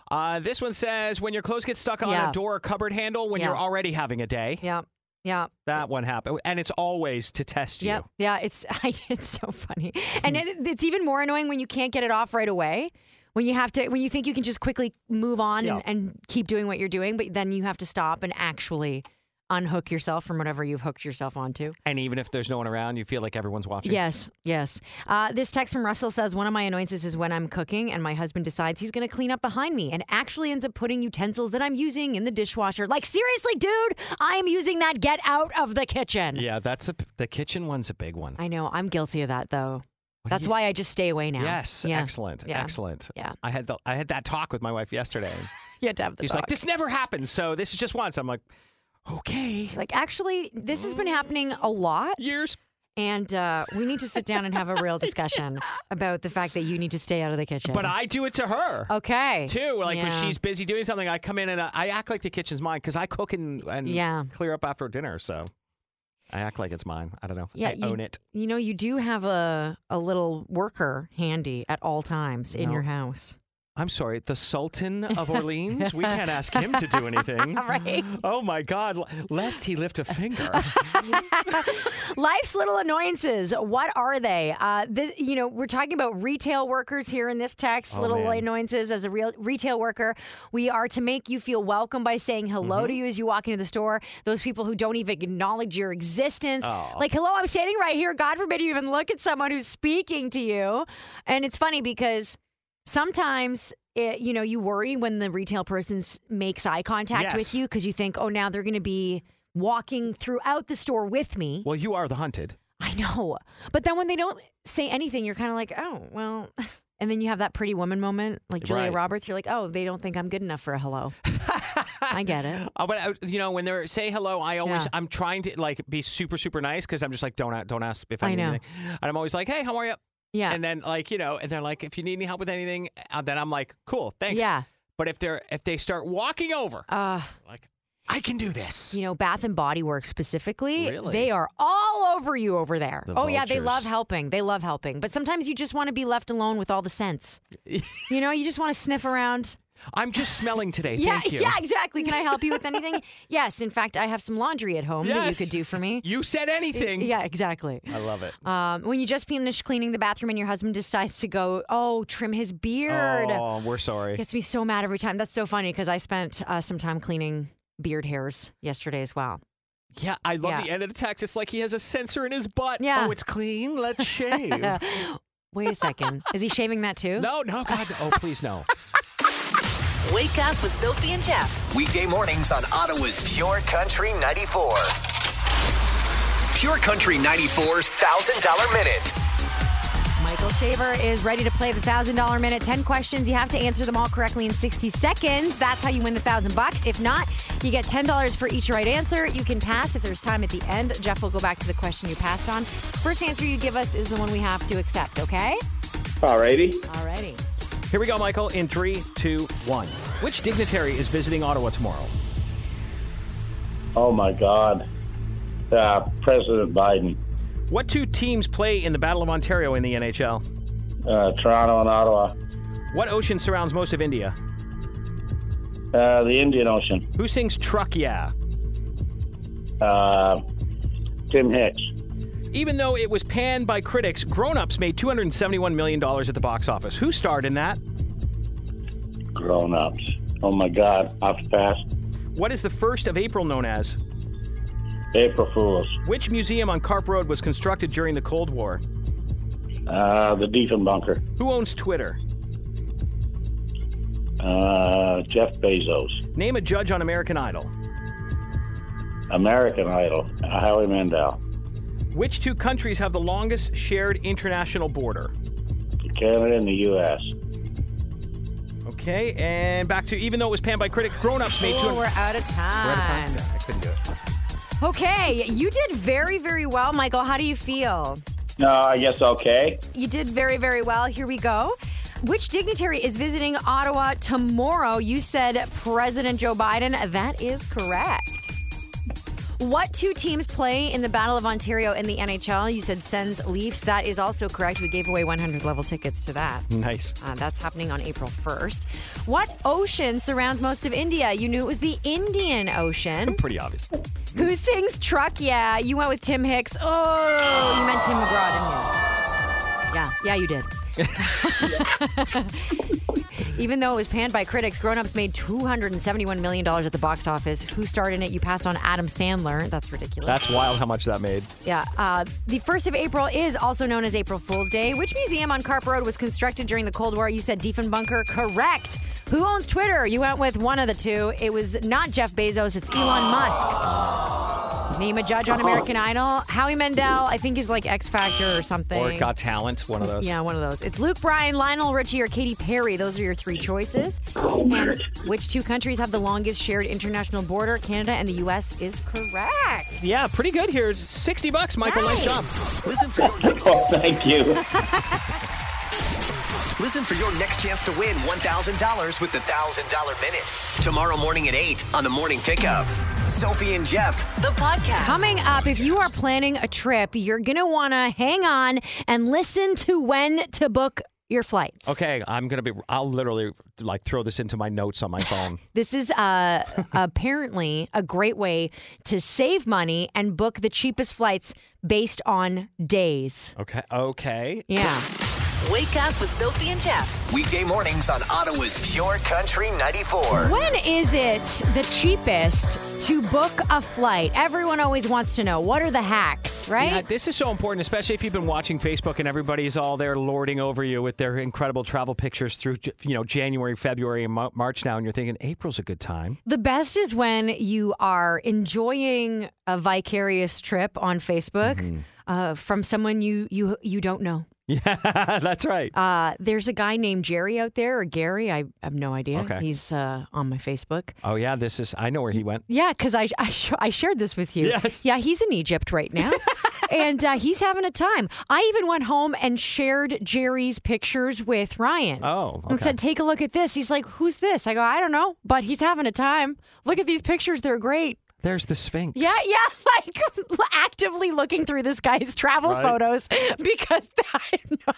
Speaker 3: Uh, this one says when your clothes get stuck on
Speaker 4: Yeah.
Speaker 3: a door or cupboard handle when
Speaker 4: Yeah.
Speaker 3: you're already having a day.
Speaker 4: Yeah. Yeah.
Speaker 3: That one happened, and it's always to test you. Hmm.
Speaker 4: Yeah. Yeah. It's I, it's so funny, and it, it's even more annoying when you can't get it off right away. When you have to, when you think you can just quickly move on
Speaker 3: Yeah.
Speaker 4: and, and keep doing what you're doing, but then you have to stop and actually unhook yourself from whatever you've hooked yourself onto.
Speaker 3: And even if there's no one around, you feel like everyone's watching.
Speaker 4: Yes, yes. Uh, this text from Russell says one of my annoyances is when I'm cooking and my husband decides he's going to clean up behind me and actually ends up putting utensils that I'm using in the dishwasher. Like seriously, dude, I'm using that. Get out of the kitchen.
Speaker 3: Yeah, that's a the kitchen one's a big one.
Speaker 4: I know. I'm guilty of that though.
Speaker 3: What do
Speaker 4: That's
Speaker 3: you-
Speaker 4: why I just stay away now.
Speaker 3: Yes,
Speaker 4: Yeah.
Speaker 3: excellent,
Speaker 4: Yeah.
Speaker 3: excellent.
Speaker 4: Yeah.
Speaker 3: I had the, I had that talk with my wife yesterday.
Speaker 4: You have to have the
Speaker 3: He's
Speaker 4: dog.
Speaker 3: like, "This never happened, so this is just once." I'm like, "Okay,
Speaker 4: Like, actually, this has been happening a lot,
Speaker 3: years."
Speaker 4: and uh, we need to sit down and have a real discussion about the fact that you need to stay out of the kitchen.
Speaker 3: But I do it to her
Speaker 4: okay
Speaker 3: too. Like
Speaker 4: Yeah.
Speaker 3: when she's busy doing something, I come in and I, I act like the kitchen's mine because I cook and, and
Speaker 4: Yeah.
Speaker 3: clear up after dinner. So I act like it's mine. I don't know.
Speaker 4: Yeah,
Speaker 3: I
Speaker 4: you-
Speaker 3: own it.
Speaker 4: You know, you do have a a little worker handy at all times in
Speaker 3: No.
Speaker 4: your house.
Speaker 3: I'm sorry, the Sultan of Orleans. we can't ask him to do anything.
Speaker 4: Right.
Speaker 3: Oh my God, l- lest he lift a finger.
Speaker 4: Life's little annoyances. What are they? Uh, this, you know, we're talking about retail workers here in this text.
Speaker 3: Oh,
Speaker 4: little
Speaker 3: man.
Speaker 4: annoyances as a real retail worker, we are to make you feel welcome by saying hello
Speaker 3: Mm-hmm.
Speaker 4: to you as you walk into the store. Those people who don't even acknowledge your existence, like hello, I'm standing right here. God forbid you even look at someone who's speaking to you. And it's funny because sometimes. It, you know, you worry when the retail person s- makes eye
Speaker 3: Yes.
Speaker 4: contact with you because you think, oh, now they're going to be walking throughout the store with me.
Speaker 3: well, you are the hunted.
Speaker 4: I know. But then when they don't say anything, you're kind of like, oh, well. And then you have that pretty woman moment, like Julia
Speaker 3: Right.
Speaker 4: Roberts. You're like, oh, they don't think I'm good enough for a hello. I get it.
Speaker 3: Oh, but I- you know, when they're say hello, I always
Speaker 4: Yeah.
Speaker 3: I'm trying to like be super super nice because I'm just like don't a- don't ask if I,
Speaker 4: I
Speaker 3: need
Speaker 4: know.
Speaker 3: anything, and I'm always like hey how are you,
Speaker 4: Yeah.
Speaker 3: and then like you know, and they're like if you need any help with anything, uh, then I'm like cool thanks.
Speaker 4: Yeah.
Speaker 3: But if they're if they start walking over,
Speaker 4: Uh,
Speaker 3: like I can do this.
Speaker 4: you know, Bath and Body Works specifically,
Speaker 3: Really?
Speaker 4: they are all over you over there.
Speaker 3: The
Speaker 4: oh yeah, they
Speaker 3: vultures.
Speaker 4: love helping. They love helping. But sometimes you just want to be left alone with all the scents. you know, you just want to sniff around.
Speaker 3: I'm just smelling today.
Speaker 4: Yeah,
Speaker 3: Thank you.
Speaker 4: yeah, exactly. Can I help you with anything? yes. In fact, I have some laundry at home that you
Speaker 3: Yes.
Speaker 4: could do for me.
Speaker 3: You said anything.
Speaker 4: Yeah, exactly.
Speaker 3: I love it.
Speaker 4: Um, when you just finish cleaning the bathroom and your husband decides to go, oh, trim his beard.
Speaker 3: Oh, we're sorry.
Speaker 4: Gets me so mad every time. That's so funny because I spent uh, some time cleaning beard hairs yesterday as well.
Speaker 3: Yeah, I love
Speaker 4: Yeah.
Speaker 3: the end of the text. It's like he has a sensor in his butt.
Speaker 4: Yeah.
Speaker 3: Oh, it's clean. Let's shave. no,
Speaker 4: Wait a second. Is he shaving that too?
Speaker 3: no, God. Oh, please, no.
Speaker 2: Wake up with Sophie and Jeff.
Speaker 1: Weekday mornings on Ottawa's Pure Country 94. Pure Country 94's $1,000 minute.
Speaker 4: Michael Shaver is ready to play the thousand dollar minute. Ten questions. You have to answer them all correctly in sixty seconds. That's how you win the thousand bucks. If not, you get ten dollars for each right answer. You can pass if there's time at the end. Jeff will go back to the question you passed on. First answer you give us is the one we have to accept. Okay?
Speaker 5: Alrighty.
Speaker 4: Alrighty.
Speaker 3: Here we go, Michael, in three, two, one. Which dignitary is visiting Ottawa tomorrow?
Speaker 5: Oh my God. Uh, President Biden,
Speaker 3: What two teams play in the Battle of Ontario in the NHL?
Speaker 5: uh, Toronto and Ottawa,
Speaker 3: What ocean surrounds most of India?
Speaker 5: uh, the Indian Ocean,
Speaker 3: Who sings Truck Yeah?
Speaker 5: uh, Tim Hicks.
Speaker 3: Even though it was panned by critics, Grown Ups made $271 million at the box office. Who starred in that?
Speaker 5: Grown ups. Oh my God. How fast?
Speaker 3: What is the 1st of April known as?
Speaker 5: April Fools.
Speaker 3: Which museum on Carp Road was constructed during the Cold War?
Speaker 5: Uh, the Deacon Bunker.
Speaker 3: Who owns Twitter?
Speaker 5: Uh, Jeff Bezos.
Speaker 3: Name a judge on American Idol.
Speaker 5: American Idol. Howie Mandel.
Speaker 3: Which two countries have the longest shared international border?
Speaker 5: Canada and the U.S.
Speaker 3: Okay, and back to even though it was panned by critics, grown ups made
Speaker 4: Oh,
Speaker 3: 200.
Speaker 4: we're out of time.
Speaker 3: We're out of time. Yeah, I couldn't do it.
Speaker 4: Okay, you did very, very well, Michael. How do you feel?
Speaker 5: No, I guess okay.
Speaker 4: You did very, very well. Here we go. Which dignitary is visiting Ottawa tomorrow? You said President Joe Biden. That is correct. What two teams play in the Battle of Ontario in the NHL? You said Sens Leafs. That is also correct. We gave away 100 level tickets to that.
Speaker 3: Nice.
Speaker 4: Uh, that's happening on April 1st. What ocean surrounds most of India? You knew it was the Indian Ocean.
Speaker 3: Pretty obvious.
Speaker 4: Who sings Truck Yeah? You went with Tim Hicks. Oh, you meant Tim McGraw, didn't you? Yeah, yeah, you did. Even though it was panned by critics, Grown Ups made $271 million at the box office. Who starred in it? You passed on Adam Sandler. That's ridiculous.
Speaker 3: That's wild how much that made.
Speaker 4: yeah. Uh, the 1st of April is also known as April Fool's Day. Which museum on Carp Road was constructed during the Cold War? You said Diefenbunker. Correct. Who owns Twitter? You went with one of the two. It was not Jeff Bezos, it's Elon Musk. Name a judge on American Idol. Howie Mandel, I think, is like X Factor or something.
Speaker 3: Or Got Talent, one of those.
Speaker 4: yeah, one of those. It's Luke Bryan, Lionel Richie, or Katy Perry. Those are your three choices. And which two countries have the longest shared international border? Canada and the U.S. is correct.
Speaker 3: Yeah, pretty good here. 60 bucks, Michael. Nice
Speaker 4: Nice.
Speaker 3: job.
Speaker 1: Listen for,
Speaker 5: Oh, thank you.
Speaker 1: listen for your next chance to win $1,000 with the $1,000 minute. Tomorrow morning at 8 on the morning pickup. Sophie and Jeff.
Speaker 2: The podcast.
Speaker 4: Coming up, if you are planning a trip, you're going to want to hang on and listen to when to book your flights.
Speaker 3: Okay, I'm going to be, I'll literally like throw this into my notes on my phone.
Speaker 4: This is uh, apparently a great way to save money and book the cheapest flights based on days.
Speaker 3: Okay. Okay.
Speaker 4: Yeah.
Speaker 2: Wake up with Sophie and Jeff.
Speaker 1: Weekday mornings on Ottawa's Pure Country 94.
Speaker 4: When is it the cheapest to book a flight? Everyone always wants to know what are the hacks,
Speaker 3: Yeah,
Speaker 4: right?
Speaker 3: this is so important, especially if you've been watching Facebook and everybody's all there lording over you with their incredible travel pictures through, you know, January, February, and Mar- March now, and you're thinking April's a good time.
Speaker 4: The best is when you are enjoying a vicarious trip on Facebook
Speaker 3: Mm-hmm.
Speaker 4: uh, from someone you, you, you don't know.
Speaker 3: Yeah, that's right.
Speaker 4: Uh, there's a guy named Jerry out there, or Gary, I have no idea.
Speaker 3: Okay.
Speaker 4: He's uh, on my Facebook.
Speaker 3: oh yeah, this is. I know where he went.
Speaker 4: Yeah, because I I, sh- I shared this with you.
Speaker 3: Yes.
Speaker 4: Yeah, he's in Egypt right now. and uh, he's having a time. I even went home and shared Jerry's pictures with Ryan.
Speaker 3: Oh,
Speaker 4: And
Speaker 3: okay.
Speaker 4: said, take a look at this. He's like, who's this? I go, I don't know, but he's having a time. Look at these pictures. They're great.
Speaker 3: There's the Sphinx.
Speaker 4: Yeah, yeah, like actively looking through this guy's travel
Speaker 3: Right.
Speaker 4: photos because I,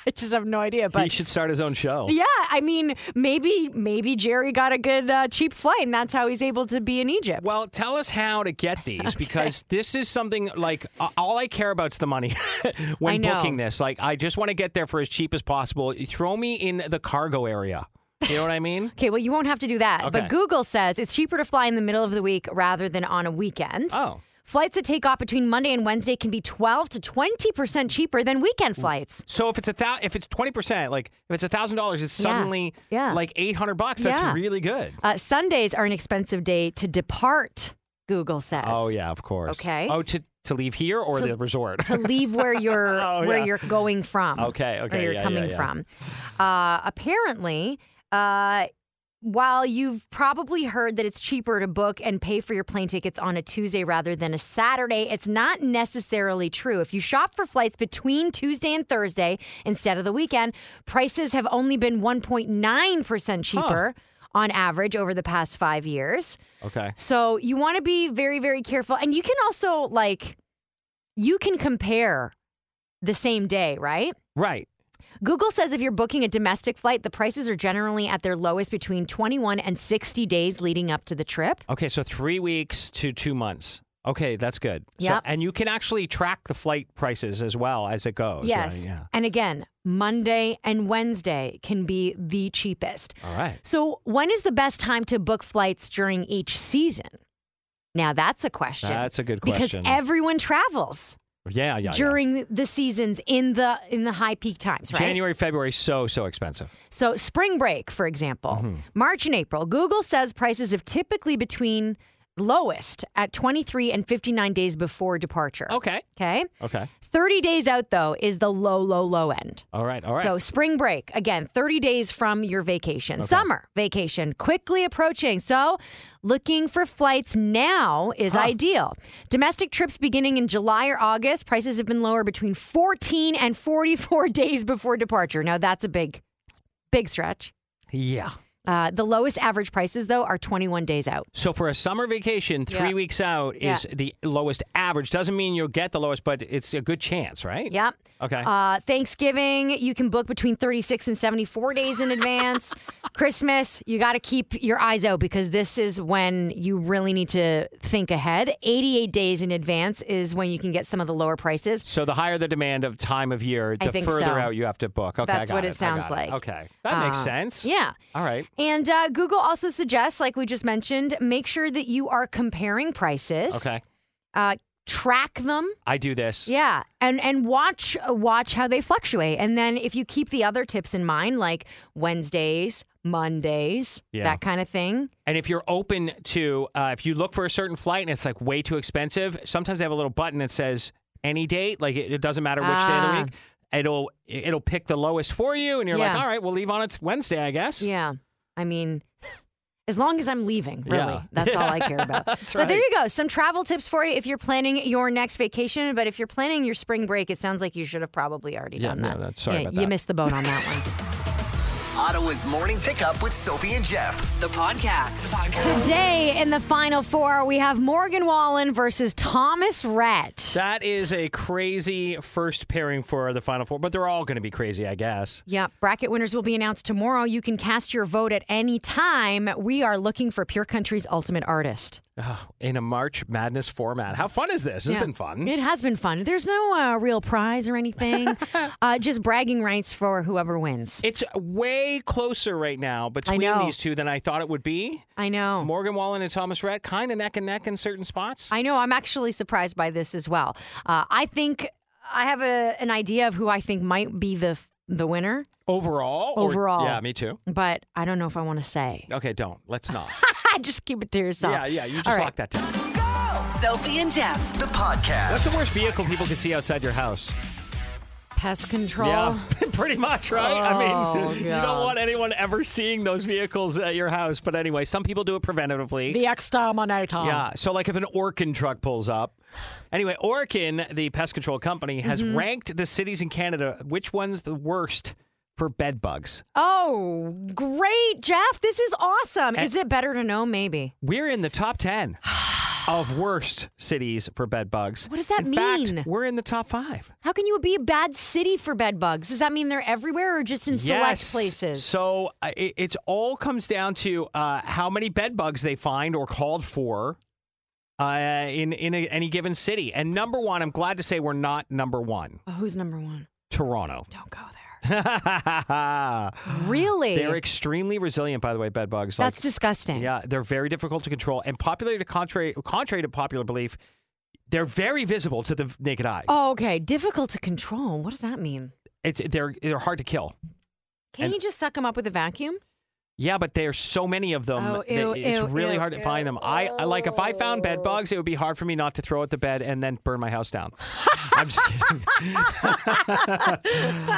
Speaker 4: I just have no idea. But
Speaker 3: He should start his own show.
Speaker 4: yeah, I mean, maybe maybe Jerry got a good uh, cheap flight, and that's how he's able to be in Egypt.
Speaker 3: Well, tell us how to get these because this is something like uh, all I care about is the money
Speaker 4: I
Speaker 3: when
Speaker 4: know.
Speaker 3: booking this. Like, I just want to get there for as cheap as possible. Throw me in the cargo area. You know what I mean?
Speaker 4: Okay, well, you won't have to do that.
Speaker 3: Okay.
Speaker 4: But Google says it's cheaper to fly in the middle of the week rather than on a weekend.
Speaker 3: Oh.
Speaker 4: Flights that take off between Monday and Wednesday can be 12 to 20% cheaper than weekend flights.
Speaker 3: So if it's a thou- if it's twenty percent, like if it's a thousand dollars, it's
Speaker 4: Yeah.
Speaker 3: suddenly
Speaker 4: Yeah.
Speaker 3: like eight hundred bucks. That's
Speaker 4: Yeah.
Speaker 3: really good.
Speaker 4: Uh, Sundays are an expensive day to depart, Google says.
Speaker 3: Oh yeah, of course.
Speaker 4: Okay.
Speaker 3: Oh, to to leave here or the resort.
Speaker 4: to leave where you're
Speaker 3: Oh,
Speaker 4: where
Speaker 3: yeah.
Speaker 4: you're going from.
Speaker 3: Okay, okay,
Speaker 4: Where you're
Speaker 3: yeah, yeah,
Speaker 4: coming
Speaker 3: yeah.
Speaker 4: from. Uh, apparently, uh, while you've probably heard that it's cheaper to book and pay for your plane tickets on a Tuesday rather than a Saturday, it's not necessarily true. If you shop for flights between Tuesday and Thursday instead of the weekend, prices have only been 1.9% cheaper on average over the past five years.
Speaker 3: okay.
Speaker 4: So you want to be very, very careful. And you can also, like, you can compare the same day, right?
Speaker 3: Right.
Speaker 4: Google says if you're booking a domestic flight, the prices are generally at their lowest between 21 and 60 days leading up to the trip.
Speaker 3: Okay. So three weeks to two months. Okay, that's good. So,
Speaker 4: Yep.
Speaker 3: and you can actually track the flight prices as well as it goes. right?
Speaker 4: yes.
Speaker 3: Oh, Yeah.
Speaker 4: And again, Monday and Wednesday can be the cheapest.
Speaker 3: All right.
Speaker 4: So, when is the best time to book flights during each season? Now, that's a question.
Speaker 3: That's a good question.
Speaker 4: Because everyone travels.
Speaker 3: Yeah. Oh, Yeah. yeah.
Speaker 4: during the seasons in the in the high peak times, right?
Speaker 3: January, February, so so expensive.
Speaker 4: So spring break, for example,
Speaker 3: Mm-hmm.
Speaker 4: March and April. Google says prices have typically between lowest at 23 and 59 days before departure.
Speaker 3: Okay.
Speaker 4: Okay.
Speaker 3: Okay.
Speaker 4: 30 days out though is the low low low end.
Speaker 3: All right. All right.
Speaker 4: So spring break, again, 30 days from your vacation. Summer vacation quickly approaching. So looking for flights now is ideal. Domestic trips beginning in July or August, prices have been lower between 14 and 44 days before departure. Now that's a big big stretch.
Speaker 3: yeah.
Speaker 4: Uh, the lowest average prices though are 21 days out.
Speaker 3: So for a summer vacation, three
Speaker 4: Yeah.
Speaker 3: weeks out is the lowest average. Doesn't mean you'll get the lowest, but it's a good chance, right?
Speaker 4: Yep.
Speaker 3: Okay.
Speaker 4: Uh, Thanksgiving, you can book between 36 and 74 days in advance. Christmas, you got to keep your eyes out because this is when you really need to think ahead. 88 days in advance is when you can get some of the lower prices.
Speaker 3: So the higher the demand of time of year, the
Speaker 4: think
Speaker 3: further
Speaker 4: so.
Speaker 3: out you have to book. Okay, I
Speaker 4: That's
Speaker 3: got
Speaker 4: what it
Speaker 3: I
Speaker 4: sounds
Speaker 3: got
Speaker 4: like. Um,
Speaker 3: Okay, that makes sense.
Speaker 4: Uh, Yeah.
Speaker 3: All right.
Speaker 4: And uh, Google also suggests, like we just mentioned, make sure that you are comparing prices.
Speaker 3: Okay.
Speaker 4: Uh, track them.
Speaker 3: I do this.
Speaker 4: Yeah, and and watch uh, watch how they fluctuate, and then if you keep the other tips in mind, like Wednesdays, Mondays,
Speaker 3: Yeah.
Speaker 4: that kind of thing.
Speaker 3: And if you're open to, uh, if you look for a certain flight and it's like way too expensive, sometimes they have a little button that says any date. Like it, it doesn't matter which day of the
Speaker 4: Ah.
Speaker 3: week. It'll it'll pick the lowest for you, and you're like,
Speaker 4: Yeah.
Speaker 3: all right, we'll leave on it Wednesday, I guess.
Speaker 4: Yeah, I mean, as long as I'm leaving, really,
Speaker 3: Yeah.
Speaker 4: that's all I care about.
Speaker 3: That's
Speaker 4: But there
Speaker 3: right.
Speaker 4: you go, some travel tips for you if you're planning your next vacation. But if you're planning your spring break, it sounds like you should have probably already
Speaker 3: Yeah,
Speaker 4: done
Speaker 3: yeah,
Speaker 4: that.
Speaker 3: that's- sorry
Speaker 4: yeah,
Speaker 3: about
Speaker 4: you
Speaker 3: that.
Speaker 4: missed the boat on that one.
Speaker 1: Ottawa's morning pickup with Sophie and Jeff.
Speaker 2: The podcast.
Speaker 4: Today in the final four, we have Morgan Wallen versus Thomas Rhett.
Speaker 3: That is a crazy first pairing for the final four, but they're all going to be crazy, I guess.
Speaker 4: Yeah, bracket winners will be announced tomorrow. You can cast your vote at any time. We are looking for Pure Country's ultimate artist.
Speaker 3: Oh, in a March Madness format. How fun is this? It's
Speaker 4: Yeah.
Speaker 3: been fun.
Speaker 4: It has been fun. There's no uh, real prize or anything, uh, just bragging rights for whoever wins.
Speaker 3: It's way closer right now between
Speaker 4: know.
Speaker 3: these two than I thought it would be.
Speaker 4: I know.
Speaker 3: Morgan Wallen and Thomas Rhett, kind of neck and neck in certain spots.
Speaker 4: I know. I'm actually surprised by this as well. Uh, I think I have a, an idea of who I think might be the the winner,
Speaker 3: Overall? or-
Speaker 4: Overall.
Speaker 3: yeah, me too.
Speaker 4: but I don't know if I want to say.
Speaker 3: Okay, don't. Let's not.
Speaker 4: just keep it to yourself.
Speaker 3: yeah, yeah. You just
Speaker 4: All right.
Speaker 3: lock that down.
Speaker 2: Sophie and Jeff.
Speaker 1: The podcast.
Speaker 3: What's the worst vehicle people could see outside your house?
Speaker 4: Pest control.
Speaker 3: Yeah, pretty much, right? I
Speaker 4: Oh,
Speaker 3: mean, you don't
Speaker 4: God.
Speaker 3: want anyone ever seeing those vehicles at your house. But anyway, some people do it preventatively.
Speaker 4: The exterminator.
Speaker 3: yeah, so like if an Orkin truck pulls up. Anyway, Orkin, the pest control company, has
Speaker 4: Mm-hmm.
Speaker 3: ranked the cities in Canada which one's the worst for bed bugs.
Speaker 4: Oh, great, Jeff. This is awesome. Is it better to know? Maybe.
Speaker 3: We're in the top 10 of worst cities for bed bugs.
Speaker 4: What does that
Speaker 3: in fact,
Speaker 4: mean?
Speaker 3: we're in the top 5.
Speaker 4: How can you be a bad city for bed bugs? Does that mean they're everywhere or just in select
Speaker 3: Yes.
Speaker 4: places?
Speaker 3: So uh, it it's all comes down to uh, how many bed bugs they find or called for uh, in in a, any given city. And number one, I'm glad to say we're not number one.
Speaker 4: Oh, who's number one?
Speaker 3: Toronto.
Speaker 4: Don't go there.
Speaker 3: They're
Speaker 4: Really?
Speaker 3: extremely resilient, by the way. Bed bugs.
Speaker 4: That's
Speaker 3: like,
Speaker 4: disgusting.
Speaker 3: yeah, they're very difficult to control, and popular to contrary contrary to popular belief, they're very visible to the naked eye.
Speaker 4: Oh, okay. Difficult to control. What does that mean?
Speaker 3: It's, they're they're hard to kill.
Speaker 4: Can
Speaker 3: And-
Speaker 4: you just suck them up with a vacuum?
Speaker 3: Yeah, but there's so many of them.
Speaker 4: Oh,
Speaker 3: that
Speaker 4: ew,
Speaker 3: it's
Speaker 4: ew,
Speaker 3: really
Speaker 4: ew, Oh.
Speaker 3: hard to find them. I, I like if I found bed bugs, it would be hard for me not to throw at the bed and then burn my house down. I'm just kidding.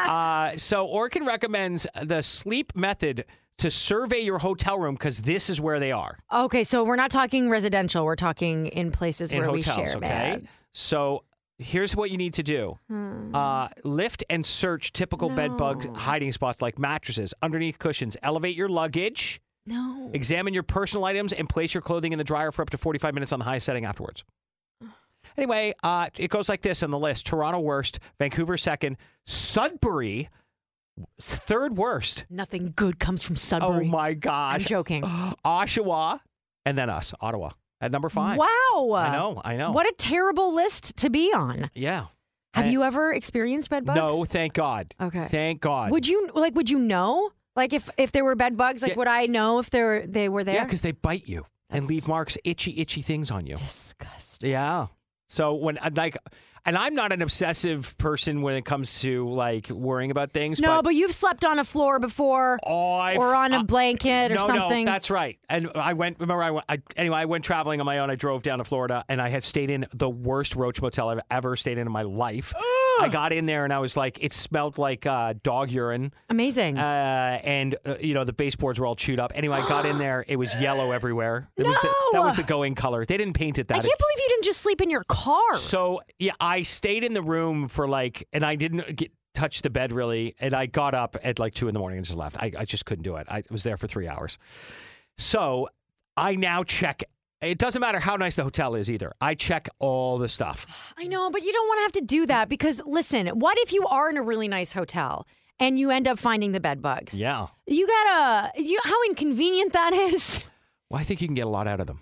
Speaker 3: uh, so Orkin recommends the sleep method to survey your hotel room because this is where they are
Speaker 4: Okay, so we're not talking residential. We're talking in places
Speaker 3: in
Speaker 4: where we
Speaker 3: hotels.
Speaker 4: share
Speaker 3: Okay,
Speaker 4: beds. Hmm.
Speaker 3: so here's what you need to do: uh, lift and search typical bed bug hiding spots like mattresses, underneath cushions. Elevate your luggage.
Speaker 4: No.
Speaker 3: Examine your personal items and place your clothing in the dryer for up to 45 minutes on the highest setting afterwards. Anyway, uh, it goes like this on the list Toronto worst, Vancouver second, Sudbury third worst.
Speaker 4: Nothing good comes from Sudbury.
Speaker 3: Oh my
Speaker 4: I'm
Speaker 3: gosh.
Speaker 4: joking.
Speaker 3: Oshawa, and then us, Ottawa, at number five.
Speaker 4: Wow.
Speaker 3: I know, I know.
Speaker 4: What a terrible list to be on.
Speaker 3: Yeah.
Speaker 4: Have
Speaker 3: I-
Speaker 4: you ever experienced bed bugs?
Speaker 3: No, thank God.
Speaker 4: Okay.
Speaker 3: Thank God.
Speaker 4: Would you like? Would you know? Like if if there were bed bugs, like
Speaker 3: Yeah.
Speaker 4: would I know if they were they were there?
Speaker 3: Yeah, because they bite you and
Speaker 4: That's-
Speaker 3: leave marks, itchy, itchy things on you.
Speaker 4: disgusting.
Speaker 3: Yeah. So when I'd like, and I'm not an obsessive person when it comes to like worrying about things.
Speaker 4: No, but,
Speaker 3: but,
Speaker 4: you've slept on a floor before,
Speaker 3: oh, I've-
Speaker 4: or on
Speaker 3: uh,
Speaker 4: a blanket, or
Speaker 3: no,
Speaker 4: something.
Speaker 3: No, that's right. And I went. Remember, I went. I, anyway, I went traveling on my own. I drove down to Florida, and I had stayed in the worst Roach Motel I've ever stayed in in my life. I got in there, and I was like, it smelled like uh, dog urine,
Speaker 4: amazing.
Speaker 3: uh, and uh, you know the baseboards were all chewed up. Anyway, I got in there. It was yellow everywhere. It was the, that
Speaker 4: No!
Speaker 3: was the going color. They didn't paint it that.
Speaker 4: I can't believe you didn't just sleep in your car.
Speaker 3: So yeah, I stayed in the room for like, and I didn't get touch the bed really, and I got up at like two in the morning and just left. I, I just couldn't do it. I was there for three hours. So I now check. It doesn't matter how nice the hotel is either. I check all the stuff.
Speaker 4: I know, but you don't want to have to do that because listen, what if you are in a really nice hotel and you end up finding the bed bugs?
Speaker 3: Yeah.
Speaker 4: You gotta, you know how inconvenient that is.
Speaker 3: Well, I think you can get a lot out of them.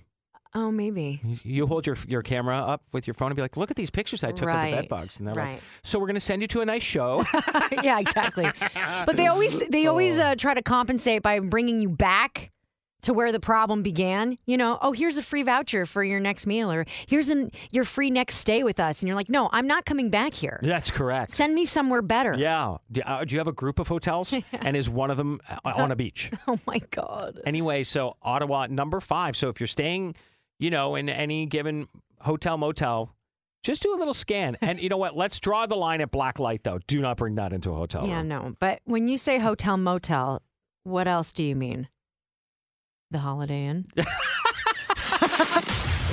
Speaker 4: Oh, maybe.
Speaker 3: You- You hold your your camera up with your phone and be like, "Look at these pictures I took of the bed
Speaker 4: Right,
Speaker 3: bugs." And they're like,
Speaker 4: right.
Speaker 3: "So we're going to send you to a nice show."
Speaker 4: yeah, exactly. But they always they always uh, try to compensate by bringing you back to where the problem began. You know, oh, here's a free voucher for your next meal, or here's an your free next stay with us, and you're like, no, I'm not coming back here.
Speaker 3: That's correct.
Speaker 4: Send me somewhere better.
Speaker 3: yeah. Do, uh, do you have a group of hotels? And is one of them uh, on a beach?
Speaker 4: Oh my god.
Speaker 3: Anyway, so Ottawa number five. So if you're staying, you know, in any given hotel motel, just do a little scan. And you know what? Let's draw the line at black light though. Do not bring that into a hotel
Speaker 4: Yeah,
Speaker 3: room.
Speaker 4: no. But when you say hotel motel, what else do you mean? The Holiday Inn.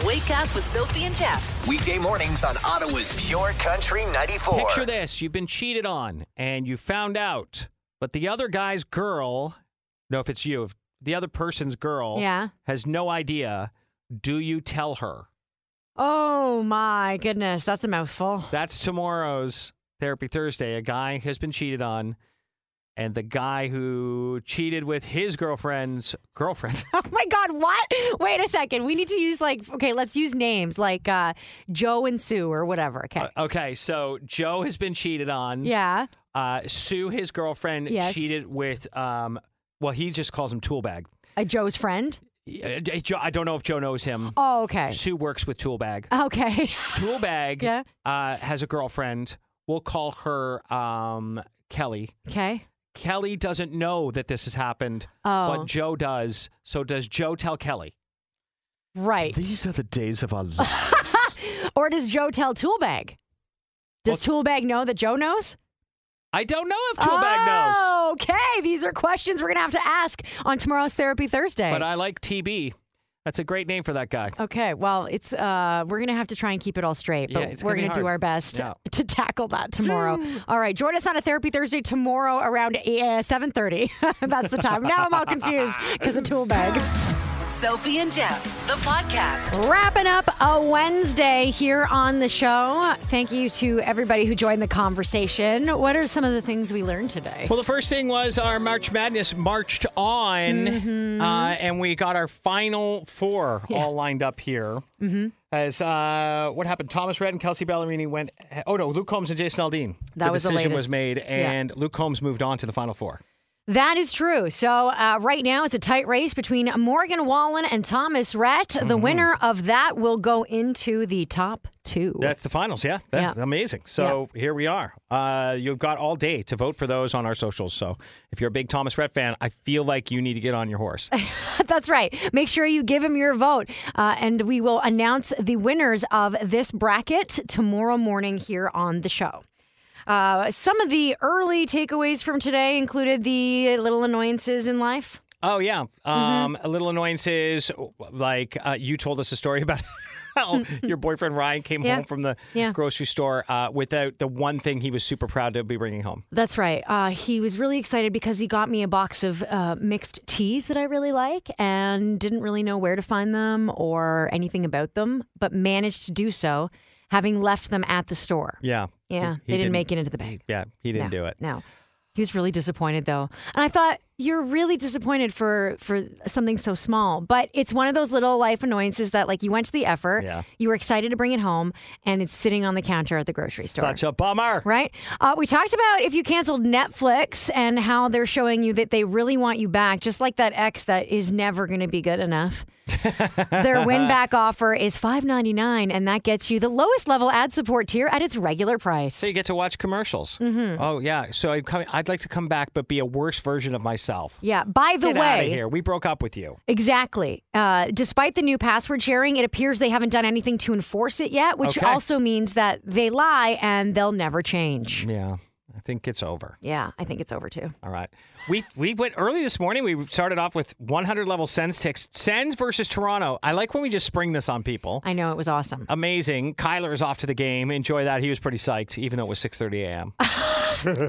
Speaker 2: Wake up with Sophie and Jeff.
Speaker 1: Weekday mornings on Ottawa's Pure Country 94.
Speaker 3: Picture this: you've been cheated on, and you found out, but the other guy's girl. No, if it's you, if the other person's girl
Speaker 4: Yeah.
Speaker 3: has no idea. Do you tell her?
Speaker 4: Oh my goodness, that's a mouthful.
Speaker 3: That's tomorrow's Therapy Thursday. A guy has been cheated on, and the guy who cheated with his girlfriend's girlfriend.
Speaker 4: Oh my God, what? Wait a second. We need to use like, okay, let's use names like uh, Joe and Sue or whatever. Okay.
Speaker 3: Uh, okay, so Joe has been cheated on.
Speaker 4: yeah.
Speaker 3: Uh, Sue, his girlfriend,
Speaker 4: Yes.
Speaker 3: cheated with, um, well, he just calls him Toolbag.
Speaker 4: A Joe's friend.
Speaker 3: Uh, Joe- I don't know if Joe knows him.
Speaker 4: Oh, okay.
Speaker 3: Sue works with Toolbag.
Speaker 4: Okay.
Speaker 3: Toolbag
Speaker 4: Yeah.
Speaker 3: uh, has a girlfriend. We'll call her um, Kelly.
Speaker 4: Okay.
Speaker 3: Kelly doesn't know that this has happened,
Speaker 4: Oh.
Speaker 3: but Joe does. So does Joe tell Kelly?
Speaker 4: Right.
Speaker 3: are the days of our life.
Speaker 4: or does Joe tell Toolbag? Does Toolbag know that Joe knows?
Speaker 3: I don't know if Toolbag knows,
Speaker 4: oh, okay. These are questions we're going to have to ask on tomorrow's Therapy Thursday.
Speaker 3: but I like TB. That's a great name for that guy.
Speaker 4: Okay, well, it's uh, we're gonna have to try and keep it all straight,
Speaker 3: Yeah,
Speaker 4: but
Speaker 3: it's
Speaker 4: we're
Speaker 3: gonna be
Speaker 4: gonna do
Speaker 3: hard.
Speaker 4: our best
Speaker 3: Yeah.
Speaker 4: to tackle that tomorrow. all right, join us on a therapy Thursday tomorrow around uh, seven thirty. That's the time. Now I'm all confused because of tool bag.
Speaker 2: Sophie and Jeff, the podcast.
Speaker 4: Wrapping up a Wednesday here on the show. Thank you to everybody who joined the conversation. What are some of the things we learned today?
Speaker 3: Well, the first thing was our March Madness marched on,
Speaker 4: Mm-hmm.
Speaker 3: uh, and we got our final four all lined up here. Mm-hmm. As uh, what happened, Thomas Red and Kelsey Ballerini went. Oh no, Luke Combs and Jason Aldean.
Speaker 4: That
Speaker 3: the
Speaker 4: was the
Speaker 3: decision was made,
Speaker 4: latest. Yeah.
Speaker 3: and Luke Combs moved on to the final four.
Speaker 4: That is true. So uh, right now it's a tight race between Morgan Wallen and Thomas Rhett.
Speaker 3: Mm-hmm.
Speaker 4: The winner of that will go into the top two.
Speaker 3: That's the finals, yeah. That's
Speaker 4: Yeah.
Speaker 3: amazing. So here we are. Uh, you've got all day to vote for those on our socials. So if you're a big Thomas Rhett fan, I feel like you need to get on your horse.
Speaker 4: That's right. Make sure you give him your vote, uh, and we will announce the winners of this bracket tomorrow morning here on the show. Uh, some of the early takeaways from today included the little annoyances in life.
Speaker 3: Oh yeah,
Speaker 4: Mm-hmm.
Speaker 3: um, a little annoyances. Like uh, you told us a story about how your boyfriend Ryan came
Speaker 4: Yeah.
Speaker 3: home from the
Speaker 4: Yeah.
Speaker 3: grocery store uh, without the one thing he was super proud to be bringing home.
Speaker 4: That's right. Uh, he was really excited because he got me a box of uh, mixed teas that I really like and didn't really know where to find them or anything about them, but managed to do so, having left them at the store.
Speaker 3: Yeah,
Speaker 4: Yeah,
Speaker 3: He- he
Speaker 4: they didn't, make it into the bag.
Speaker 3: Yeah, he didn't
Speaker 4: no,
Speaker 3: do it.
Speaker 4: No, he was really disappointed though, and I thought you're really disappointed for for something so small. But it's one of those little life annoyances that like you went to the effort,
Speaker 3: Yeah.
Speaker 4: you were excited to bring it home, and it's sitting on the counter at the grocery store.
Speaker 3: Such a bummer.
Speaker 4: Right? Uh, we talked about if you canceled Netflix and how they're showing you that they really want you back, just like that ex that is never going to be good enough. Their win back offer is five ninety nine, and that gets you the lowest level ad support tier at its regular price.
Speaker 3: So you get to watch commercials. Mm-hmm. Oh yeah. So I'd, come, I'd like to come back, but be a worse version of myself.
Speaker 4: Yeah. By the
Speaker 3: Get out of
Speaker 4: way,
Speaker 3: here. We broke up with you.
Speaker 4: exactly. Uh, despite the new password sharing, it appears they haven't done anything to enforce it yet, which
Speaker 3: Okay.
Speaker 4: also means that they lie and they'll never change.
Speaker 3: Yeah, I think it's over.
Speaker 4: Yeah, I think it's over too.
Speaker 3: All right. We we went early this morning. We started off with 100 level Sens ticks. Sens versus Toronto. I like when we just spring this on people.
Speaker 4: I know it was
Speaker 3: Uh,
Speaker 4: awesome.
Speaker 3: Amazing. Kyler is off to the game. Enjoy that. He was pretty psyched, even though it was 6:30 a.m.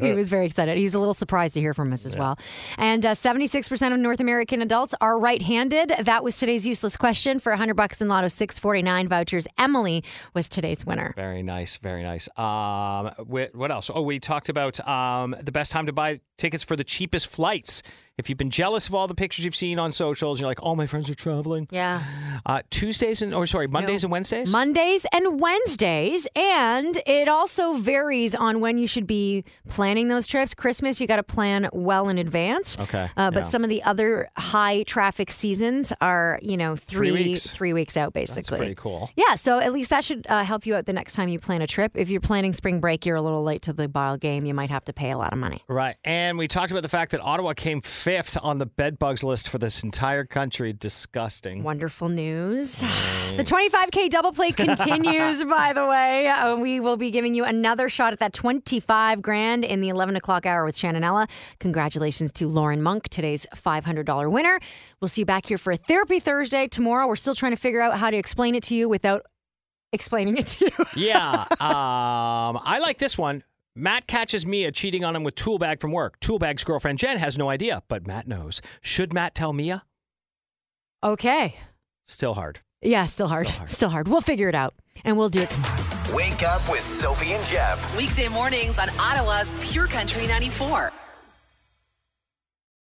Speaker 4: he was very excited. He was a little surprised to hear from us as well. And uh, 76% of North American adults are right-handed. That was today's useless question for 100 bucks in Lotto 649 vouchers. Emily was today's winner.
Speaker 3: very nice. Very nice. Um, wh- what else? Oh, we talked about um, the best time to buy tickets for the cheapest flights. If you've been jealous of all the pictures you've seen on socials, you're like, "All my friends are traveling."
Speaker 4: Yeah.
Speaker 3: Uh, Tuesdays and or sorry, Mondays and Wednesdays.
Speaker 4: Mondays and Wednesdays, and it also varies on when you should be planning those trips. Christmas, you got to plan well in advance.
Speaker 3: Okay,
Speaker 4: Uh, but
Speaker 3: yeah.
Speaker 4: some of the other high traffic seasons are, you know, three
Speaker 3: weeks.
Speaker 4: three weeks out basically.
Speaker 3: pretty cool.
Speaker 4: Yeah, so at least that should uh, help you out the next time you plan a trip. If you're planning spring break, you're a little late to the ball game. You might have to pay a lot of money.
Speaker 3: Right. And we talked about the fact that Ottawa came fifth on the bed bugs list for this entire country. Disgusting.
Speaker 4: Wonderful news. The 25K double play continues, by the way. Uh, we will be giving you another shot at that 25 grand in the 11 o'clock hour with Shannonella. Congratulations to Lauren Monk, today's $500 winner. We'll see you back here for a Therapy Thursday tomorrow. We're still trying to figure out how to explain it to you without explaining it to you.
Speaker 3: yeah. Um, I like this one. Matt catches Mia cheating on him with Toolbag from work. Toolbag's girlfriend Jen has no idea, but Matt knows. Should Matt tell Mia?
Speaker 4: Okay.
Speaker 3: Still hard.
Speaker 4: Yeah, still hard. Still hard. We'll figure it out, and we'll do it tomorrow.
Speaker 1: Wake up with Sophie and Jeff.
Speaker 2: Weekday mornings on Ottawa's Pure Country 94.